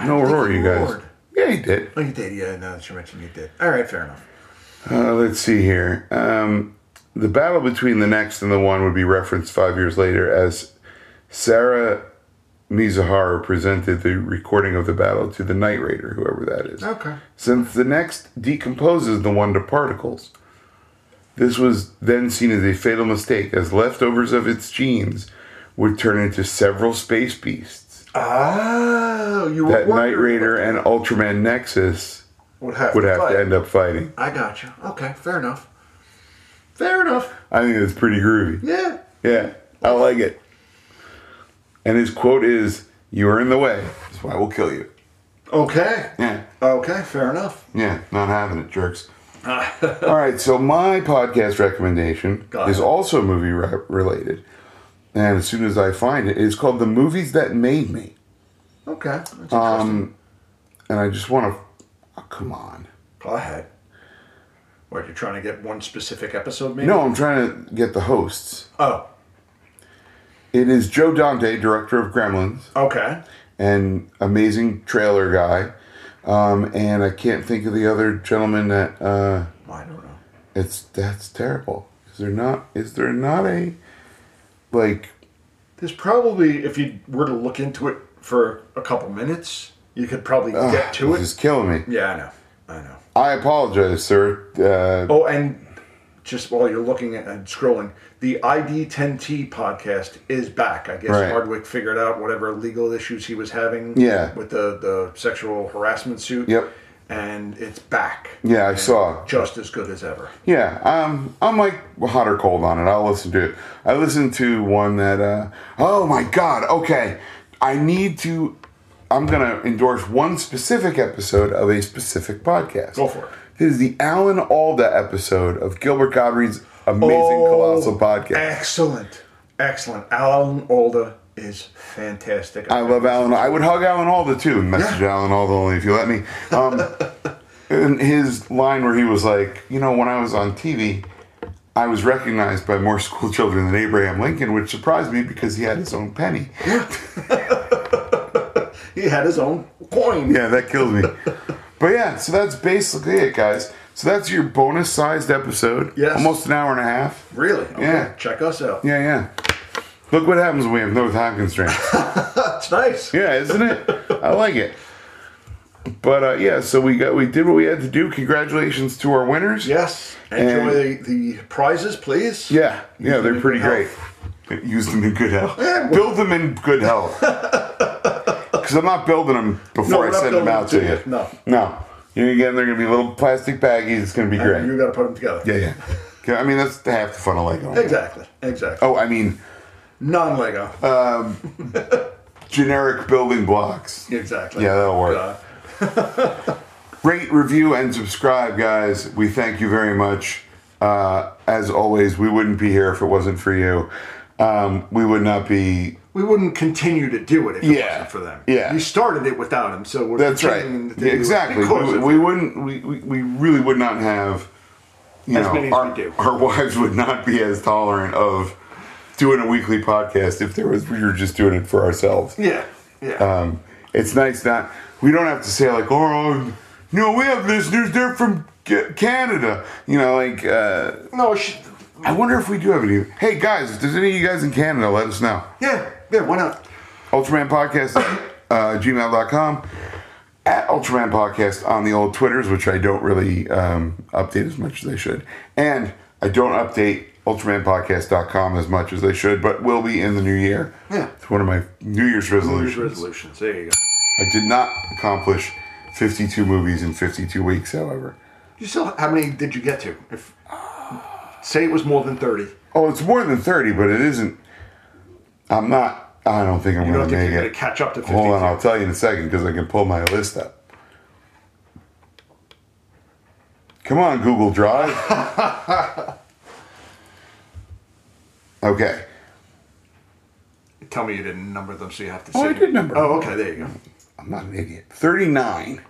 B: no
C: don't think
B: roar,
C: he
B: you guys.
C: roared.
B: Yeah, he did.
C: Oh, you did, yeah. Now that you mentioned, you did. All right, fair enough.
B: Uh, let's see here. Um, the battle between the next and the one would be referenced five years later as Sarah Mizuhara presented the recording of the battle to the Night Raider, whoever that is.
C: Okay.
B: Since the next decomposes the one to particles, this was then seen as a fatal mistake, as leftovers of its genes would turn into several space beasts.
C: Oh, you were
B: That Night
C: wondering
B: Raider and Ultraman Nexus
C: would have,
B: would have
C: fight.
B: to end up fighting.
C: I got you. Okay, fair enough. Fair enough.
B: I think that's pretty groovy.
C: Yeah.
B: Yeah, I like it. And his quote is, "You are in the way. That's why we'll kill you."
C: Okay.
B: Yeah,
C: Okay, fair [laughs] enough.
B: yeah, not having it, jerks. All right, so my podcast recommendation
C: Got
B: is
C: it.
B: also movie re- related, and as soon as I find it, it's called "The Movies That Made Me,"
C: Okay. That's interesting.
B: and I just want to. Oh, come on.
C: Go ahead. What, you're trying to get one specific episode, maybe?
B: No, I'm trying to get the hosts.
C: Oh,
B: It is Joe Dante, director of Gremlins,
C: okay.
B: and amazing trailer guy, um, and I can't think of the other gentleman that. Uh,
C: I don't know.
B: It's that's terrible. Is there not? Is there not a like?
C: There's probably, if you were to look into it for a couple minutes, you could probably get to
B: ah, this
C: it.
B: is killing me.
C: Yeah, I know. I know.
B: I apologize, sir. Uh,
C: Oh, and just while you're looking at and scrolling, the ID10T podcast is back. I guess
B: Right.
C: Hardwick figured out whatever legal issues he was having
B: Yeah.
C: with the, the sexual harassment suit.
B: Yep.
C: And it's back.
B: Yeah, I saw.
C: Just as good as ever.
B: Yeah, um, I'm like hot or cold on it. I'll listen to it. I listened to one that. Uh, oh my god. Okay, I need to. I'm gonna endorse one specific episode of a specific podcast.
C: Go for it.
B: This is the Alan Alda episode of Gilbert Godfrey's amazing
C: Oh,
B: colossal podcast.
C: Excellent. Excellent. Alan Alda is fantastic.
B: I love Alan. I would hug Alan Alda too. Message Alan Alda only if you let me. Um, and his line where he was like, you know, when I was on TV, I was recognized by more [laughs] school children than Abraham Lincoln, which surprised me because he had his own penny.
C: He had his own coin.
B: Yeah, that kills me. but yeah, so that's basically it, guys. So that's your bonus sized episode.
C: Yes.
B: Almost an hour and a half.
C: Really? Okay.
B: Yeah.
C: Check us out.
B: Yeah, yeah. Look what happens when we have no time constraints.
C: That's nice.
B: Yeah, isn't it? I like it. But uh, yeah, so we got we did what we had to do. Congratulations to our winners.
C: Yes.
B: And-
C: Enjoy the, the prizes, please.
B: Yeah, yeah, they're pretty
C: good
B: great. Use them in good health. Build them in good health. [laughs] Because I'm not building them
C: No,
B: before
C: we're
B: I
C: not
B: send them
C: building
B: out to
C: them
B: you.
C: to you. No.
B: no. You're again. They're gonna be little plastic baggies. It's gonna be great.
C: You got to put them together.
B: yeah, yeah. 'Kay, [laughs] I mean, that's half the fun of Lego.
C: Exactly. Exactly.
B: Oh, Uh, I mean,
C: Non Lego.
B: generic building blocks.
C: exactly.
B: yeah, that'll work.
C: Uh,
B: rate, review, and subscribe, guys. We thank you very much. Uh, as always, we wouldn't be here if it wasn't for you. Um, we would not be.
C: we wouldn't continue to do it if
B: Yeah.
C: it wasn't for them.
B: Yeah.
C: We started it without them, so we're
B: That's right.
C: continuing to
B: Yeah,
C: do it
B: exactly.
C: because
B: We,
C: of
B: we
C: them.
B: wouldn't. We, we, we really would not have. You
C: As
B: know,
C: many as
B: our,
C: we do.
B: our [laughs] wives would not be as tolerant of doing a weekly podcast if there was we were just doing it for ourselves.
C: yeah. Yeah.
B: Um, it's nice that we don't have to say like, oh, you know, we have listeners. They're from Ca- Canada. You know, like. Uh,
C: no, sh-
B: I wonder if we do have any. Hey guys, if there's any of you guys in Canada, let us know.
C: yeah. Yeah, why not?
B: Ultraman Podcast uh, gmail.com at Ultraman Podcast on the old Twitters, which I don't really um, update as much as I should. And I don't update ultramanpodcast.com as much as I should, but will be in the new year.
C: Yeah.
B: It's one of my New Year's resolutions.
C: resolutions. There you go.
B: I did not accomplish 52 movies in 52 weeks, however.
C: You still, how many did you get to? If say it was more than thirty,
B: Oh, it's more than 30, but it isn't. I'm not. I don't think I'm
C: you don't
B: going to
C: think
B: make
C: you're going
B: it.
C: to catch up to fifty-two?
B: Hold on, I'll tell you in a second because I can pull my list up. Come on,
C: [laughs]
B: Google Drive. okay.
C: Tell me you didn't number them, so you have to.
B: Oh, I
C: see.
B: did number
C: Oh,
B: them.
C: okay, there you go.
B: I'm not an idiot. 39.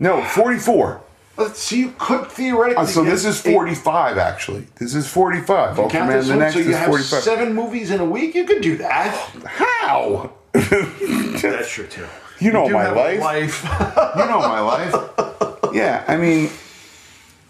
B: No, 44.
C: Let's see, you could theoretically.
B: Uh, so
C: get
B: this is
C: eight-
B: 45, actually. This is 45.
C: you count
B: Ultraman
C: this
B: the
C: one,
B: next
C: so you
B: is
C: have
B: 45.
C: seven movies in a week. You could do that. [laughs]
B: How?
C: That's true too.
B: You know
C: do
B: my
C: have a [laughs]
B: life.
C: life.
B: You know my life. Yeah, I mean,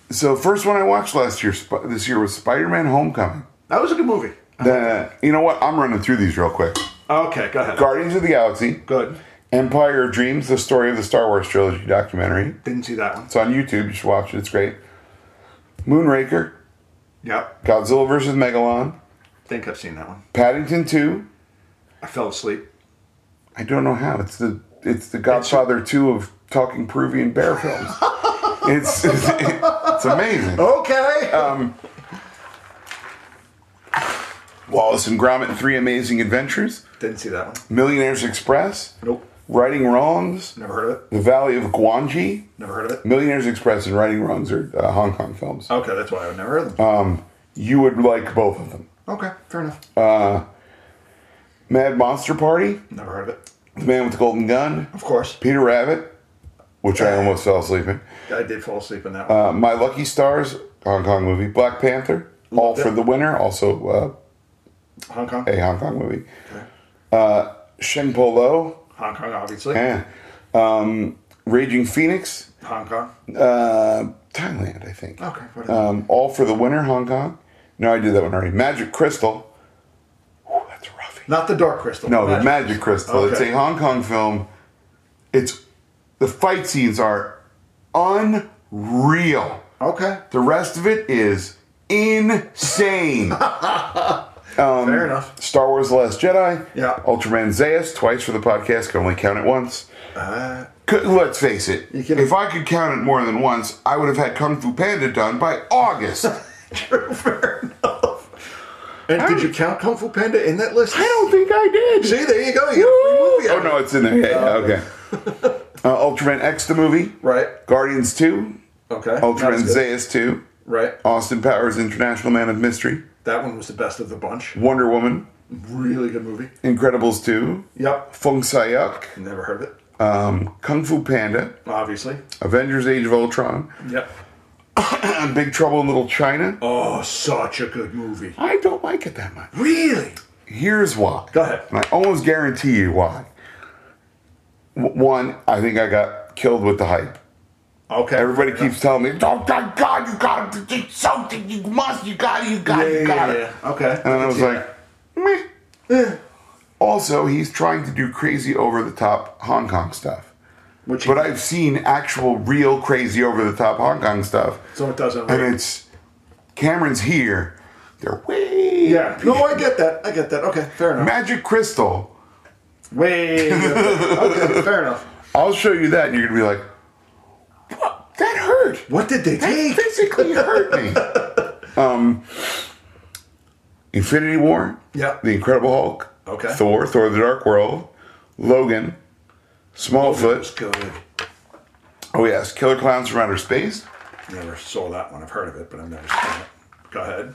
B: so first one I watched last year, Sp- this year was Spider-Man: Homecoming.
C: that was a good movie.
B: The, you know what? I'm running through these real quick.
C: Okay, go ahead.
B: Guardians of the Galaxy,
C: Good.
B: Empire of Dreams, the story of the Star Wars trilogy documentary.
C: Didn't see that one.
B: It's on YouTube. You should watch it. It's great. Moonraker,
C: Yep.
B: Godzilla vs. Megalon,
C: Think I've seen that one.
B: Paddington 2.
C: I fell asleep.
B: I don't know how. It's the it's the Godfather 2 of talking Peruvian bear films. it's, [laughs] it's it's amazing.
C: Okay.
B: Wallace and Gromit: Three Amazing Adventures,
C: Didn't see that one.
B: Millionaires Express,
C: Nope.
B: Righting Wrongs,
C: Never heard of it.
B: The Valley of Guanji.
C: Never heard of it.
B: Millionaires Express and Righting Wrongs are uh, Hong Kong films.
C: Okay, that's why I've never heard of them.
B: You would like both of them.
C: okay, fair enough.
B: Mad Monster Party,
C: never heard of it.
B: The Man with the Golden Gun,
C: Of course.
B: Peter Rabbit, which I almost fell asleep in.
C: I did fall asleep in that one.
B: Uh, My Lucky Stars, Hong Kong movie. Black Panther, All for
C: it.
B: the Winner, also uh, eh,
C: Hong Kong.
B: a Hong Kong movie. Uh,
C: Okay.
B: Shen Po Lo,
C: Hong Kong, obviously.
B: eh. um, Raging Phoenix,
C: Hong Kong.
B: uh, Thailand, I think.
C: Okay, whatever.
B: Um, All for the Winner, Hong Kong. No, I did that one already. Magic Crystal. Whew, that's a roughie.
C: Not the Dark Crystal.
B: No, the Magic Crystal. It's
C: Okay.
B: a Hong Kong film. It's the fight scenes are unreal.
C: Okay,
B: The rest of it is [laughs] insane.
C: fair enough.
B: Star Wars: The Last Jedi.
C: Yeah.
B: Ultraman Zayas twice for the podcast. Can only count it once.
C: Uh,
B: C- Let's face it.
C: You can-
B: If I could count it more than once, I would have had Kung Fu Panda done by August. [laughs] I
C: true, fair enough. And
B: I
C: did
B: don't-
C: you count Kung Fu Panda in that list?
B: don't think I did.
C: See, there you go. You get a free movie.
B: [laughs] Oh no, it's in there. Yeah, yeah, okay.
C: [laughs]
B: Uh, Ultraman X the movie.
C: Right.
B: Guardians Two.
C: Okay.
B: Ultraman
C: that's good.
B: Zayas Two.
C: Right.
B: Austin Powers International Man of Mystery.
C: That one was the best of the bunch.
B: Wonder Woman.
C: Really good movie.
B: Incredibles Two.
C: Yep.
B: Fung Sayuk.
C: Never heard of it.
B: Um, Kung Fu Panda.
C: Obviously.
B: Avengers: Age of Ultron. [clears throat]
C: Yep.
B: Big Trouble in Little China.
C: Oh, such a good movie.
B: I don't like it that much.
C: Really?
B: Here's why.
C: Go ahead.
B: And I almost guarantee you why. W- One, I think I got killed with the hype.
C: Okay.
B: Everybody
C: fair
B: keeps telling me, "Oh my God, you gotta do something! You must! You gotta! You
C: enough.
B: gotta!
C: Yeah,
B: you
C: yeah,
B: gotta!"
C: yeah, yeah. Okay.
B: And I was
C: Yeah.
B: like, "Meh." Also, he's trying to do crazy over the top Hong Kong stuff,
C: Which
B: but I've seen actual, real crazy over the top Hong Kong stuff,
C: so it doesn't.
B: and
C: Really,
B: it's Cameron's here. They're way
C: yeah. No, I get that. I get that. Okay, fair enough.
B: Magic Crystal.
C: Way.
B: [laughs]
C: okay, fair enough.
B: I'll show you that, and you're gonna be like, "What? That hurt.
C: What did they
B: That
C: take?
B: physically hurt me." [laughs] Um, Infinity War.
C: Yeah.
B: The Incredible Hulk.
C: Okay.
B: Thor. Thor: The Dark World. Logan.
C: That's
B: Smallfoot.
C: good.
B: Oh yes, Killer Clowns from Outer Space.
C: Never saw that one. I've heard of it, but I've never seen it. Go ahead.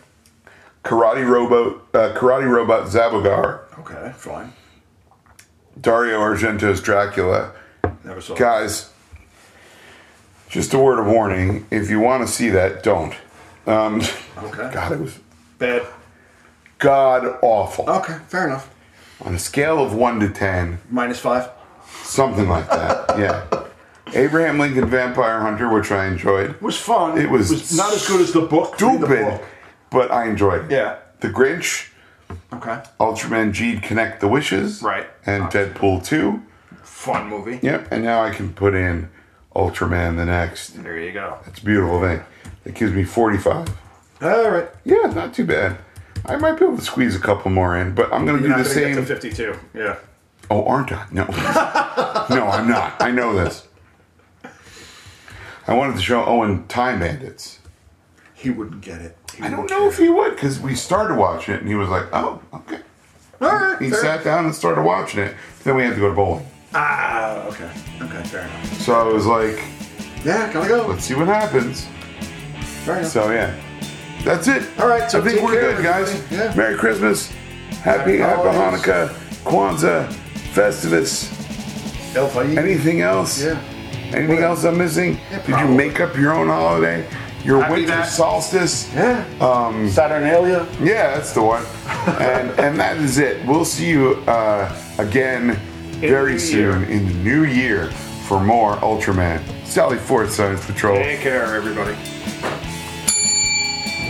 B: Karate Robot. Uh, Karate Robot Zabogar.
C: Okay, fine.
B: Dario Argento's Dracula.
C: Never saw. it.
B: Guys, just a word of warning: if you want to see that, don't. Um, [laughs]
C: Okay.
B: God, it was
C: Bad.
B: god awful.
C: Okay, fair enough.
B: On a scale of one to ten,
C: Minus five.
B: something like that. yeah. Abraham Lincoln Vampire Hunter, which I enjoyed.
C: was fun.
B: It was
C: not as good as the book. Read the
B: Stupid,
C: book.
B: but I enjoyed it.
C: Yeah.
B: The Grinch,
C: Okay.
B: Ultraman G'd Connect the Wishes.
C: Right.
B: And Deadpool 2.
C: Fun movie.
B: Yep. And now I can put in Ultraman the next.
C: There you go.
B: It's a beautiful thing. It gives me 45.
C: All right.
B: Yeah, not too bad. I might be able to squeeze a couple more in, but I'm going to
C: You're
B: do
C: not
B: the
C: gonna
B: same.
C: get to 52. Yeah.
B: [laughs] Oh, aren't I? No. no, I'm not. I know this. I wanted to show Owen Time Bandits.
C: He wouldn't get it. He
B: I don't
C: wouldn't
B: know
C: get
B: if he would because we started watching it and he was like, "Oh, okay."
C: it. All right,
B: He
C: fair.
B: sat down and started watching it. Then we had to go to bowling,
C: Ah, okay. Okay, fair enough.
B: so I was like,
C: Yeah, gotta go.
B: "Let's see what happens."
C: Fair enough.
B: So yeah, that's it.
C: All right, so
B: I think
C: take
B: we're
C: care,
B: good, guys.
C: everybody. Yeah.
B: Merry Christmas,
C: Happy
B: Happy Happy
C: holidays.
B: Hanukkah, Kwanzaa, Festivus.
C: El Fayed.
B: Anything else?
C: Yeah.
B: Anything else I'm missing?
C: Yeah,
B: Did you
C: probably.
B: make up your own holiday? Your
C: I mean,
B: winter
C: I-
B: solstice?
C: Yeah. Um, Saturnalia.
B: Yeah, that's the one. and and that is it. We'll see you uh, again very
C: new
B: soon in the new year for more Ultraman. Sally Ford, Science Patrol.
C: Take care, everybody.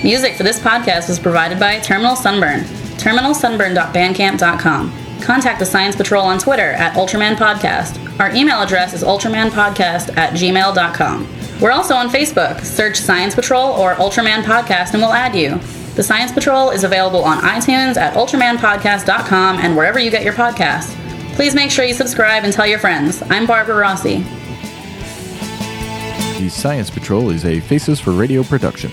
A: Music for this podcast was provided by Terminal Sunburn. TerminalSunburn.bandcamp.com. Contact the Science Patrol on Twitter at Ultraman Podcast. Our email address is ultramanpodcast at gmail.com. We're also on Facebook. Search Science Patrol or Ultraman Podcast and we'll add you. The Science Patrol is available on iTunes at ultramanpodcast.com and wherever you get your podcasts. Please make sure you subscribe and tell your friends. I'm Barbara Rossi.
D: The Science Patrol is a Faces for Radio production.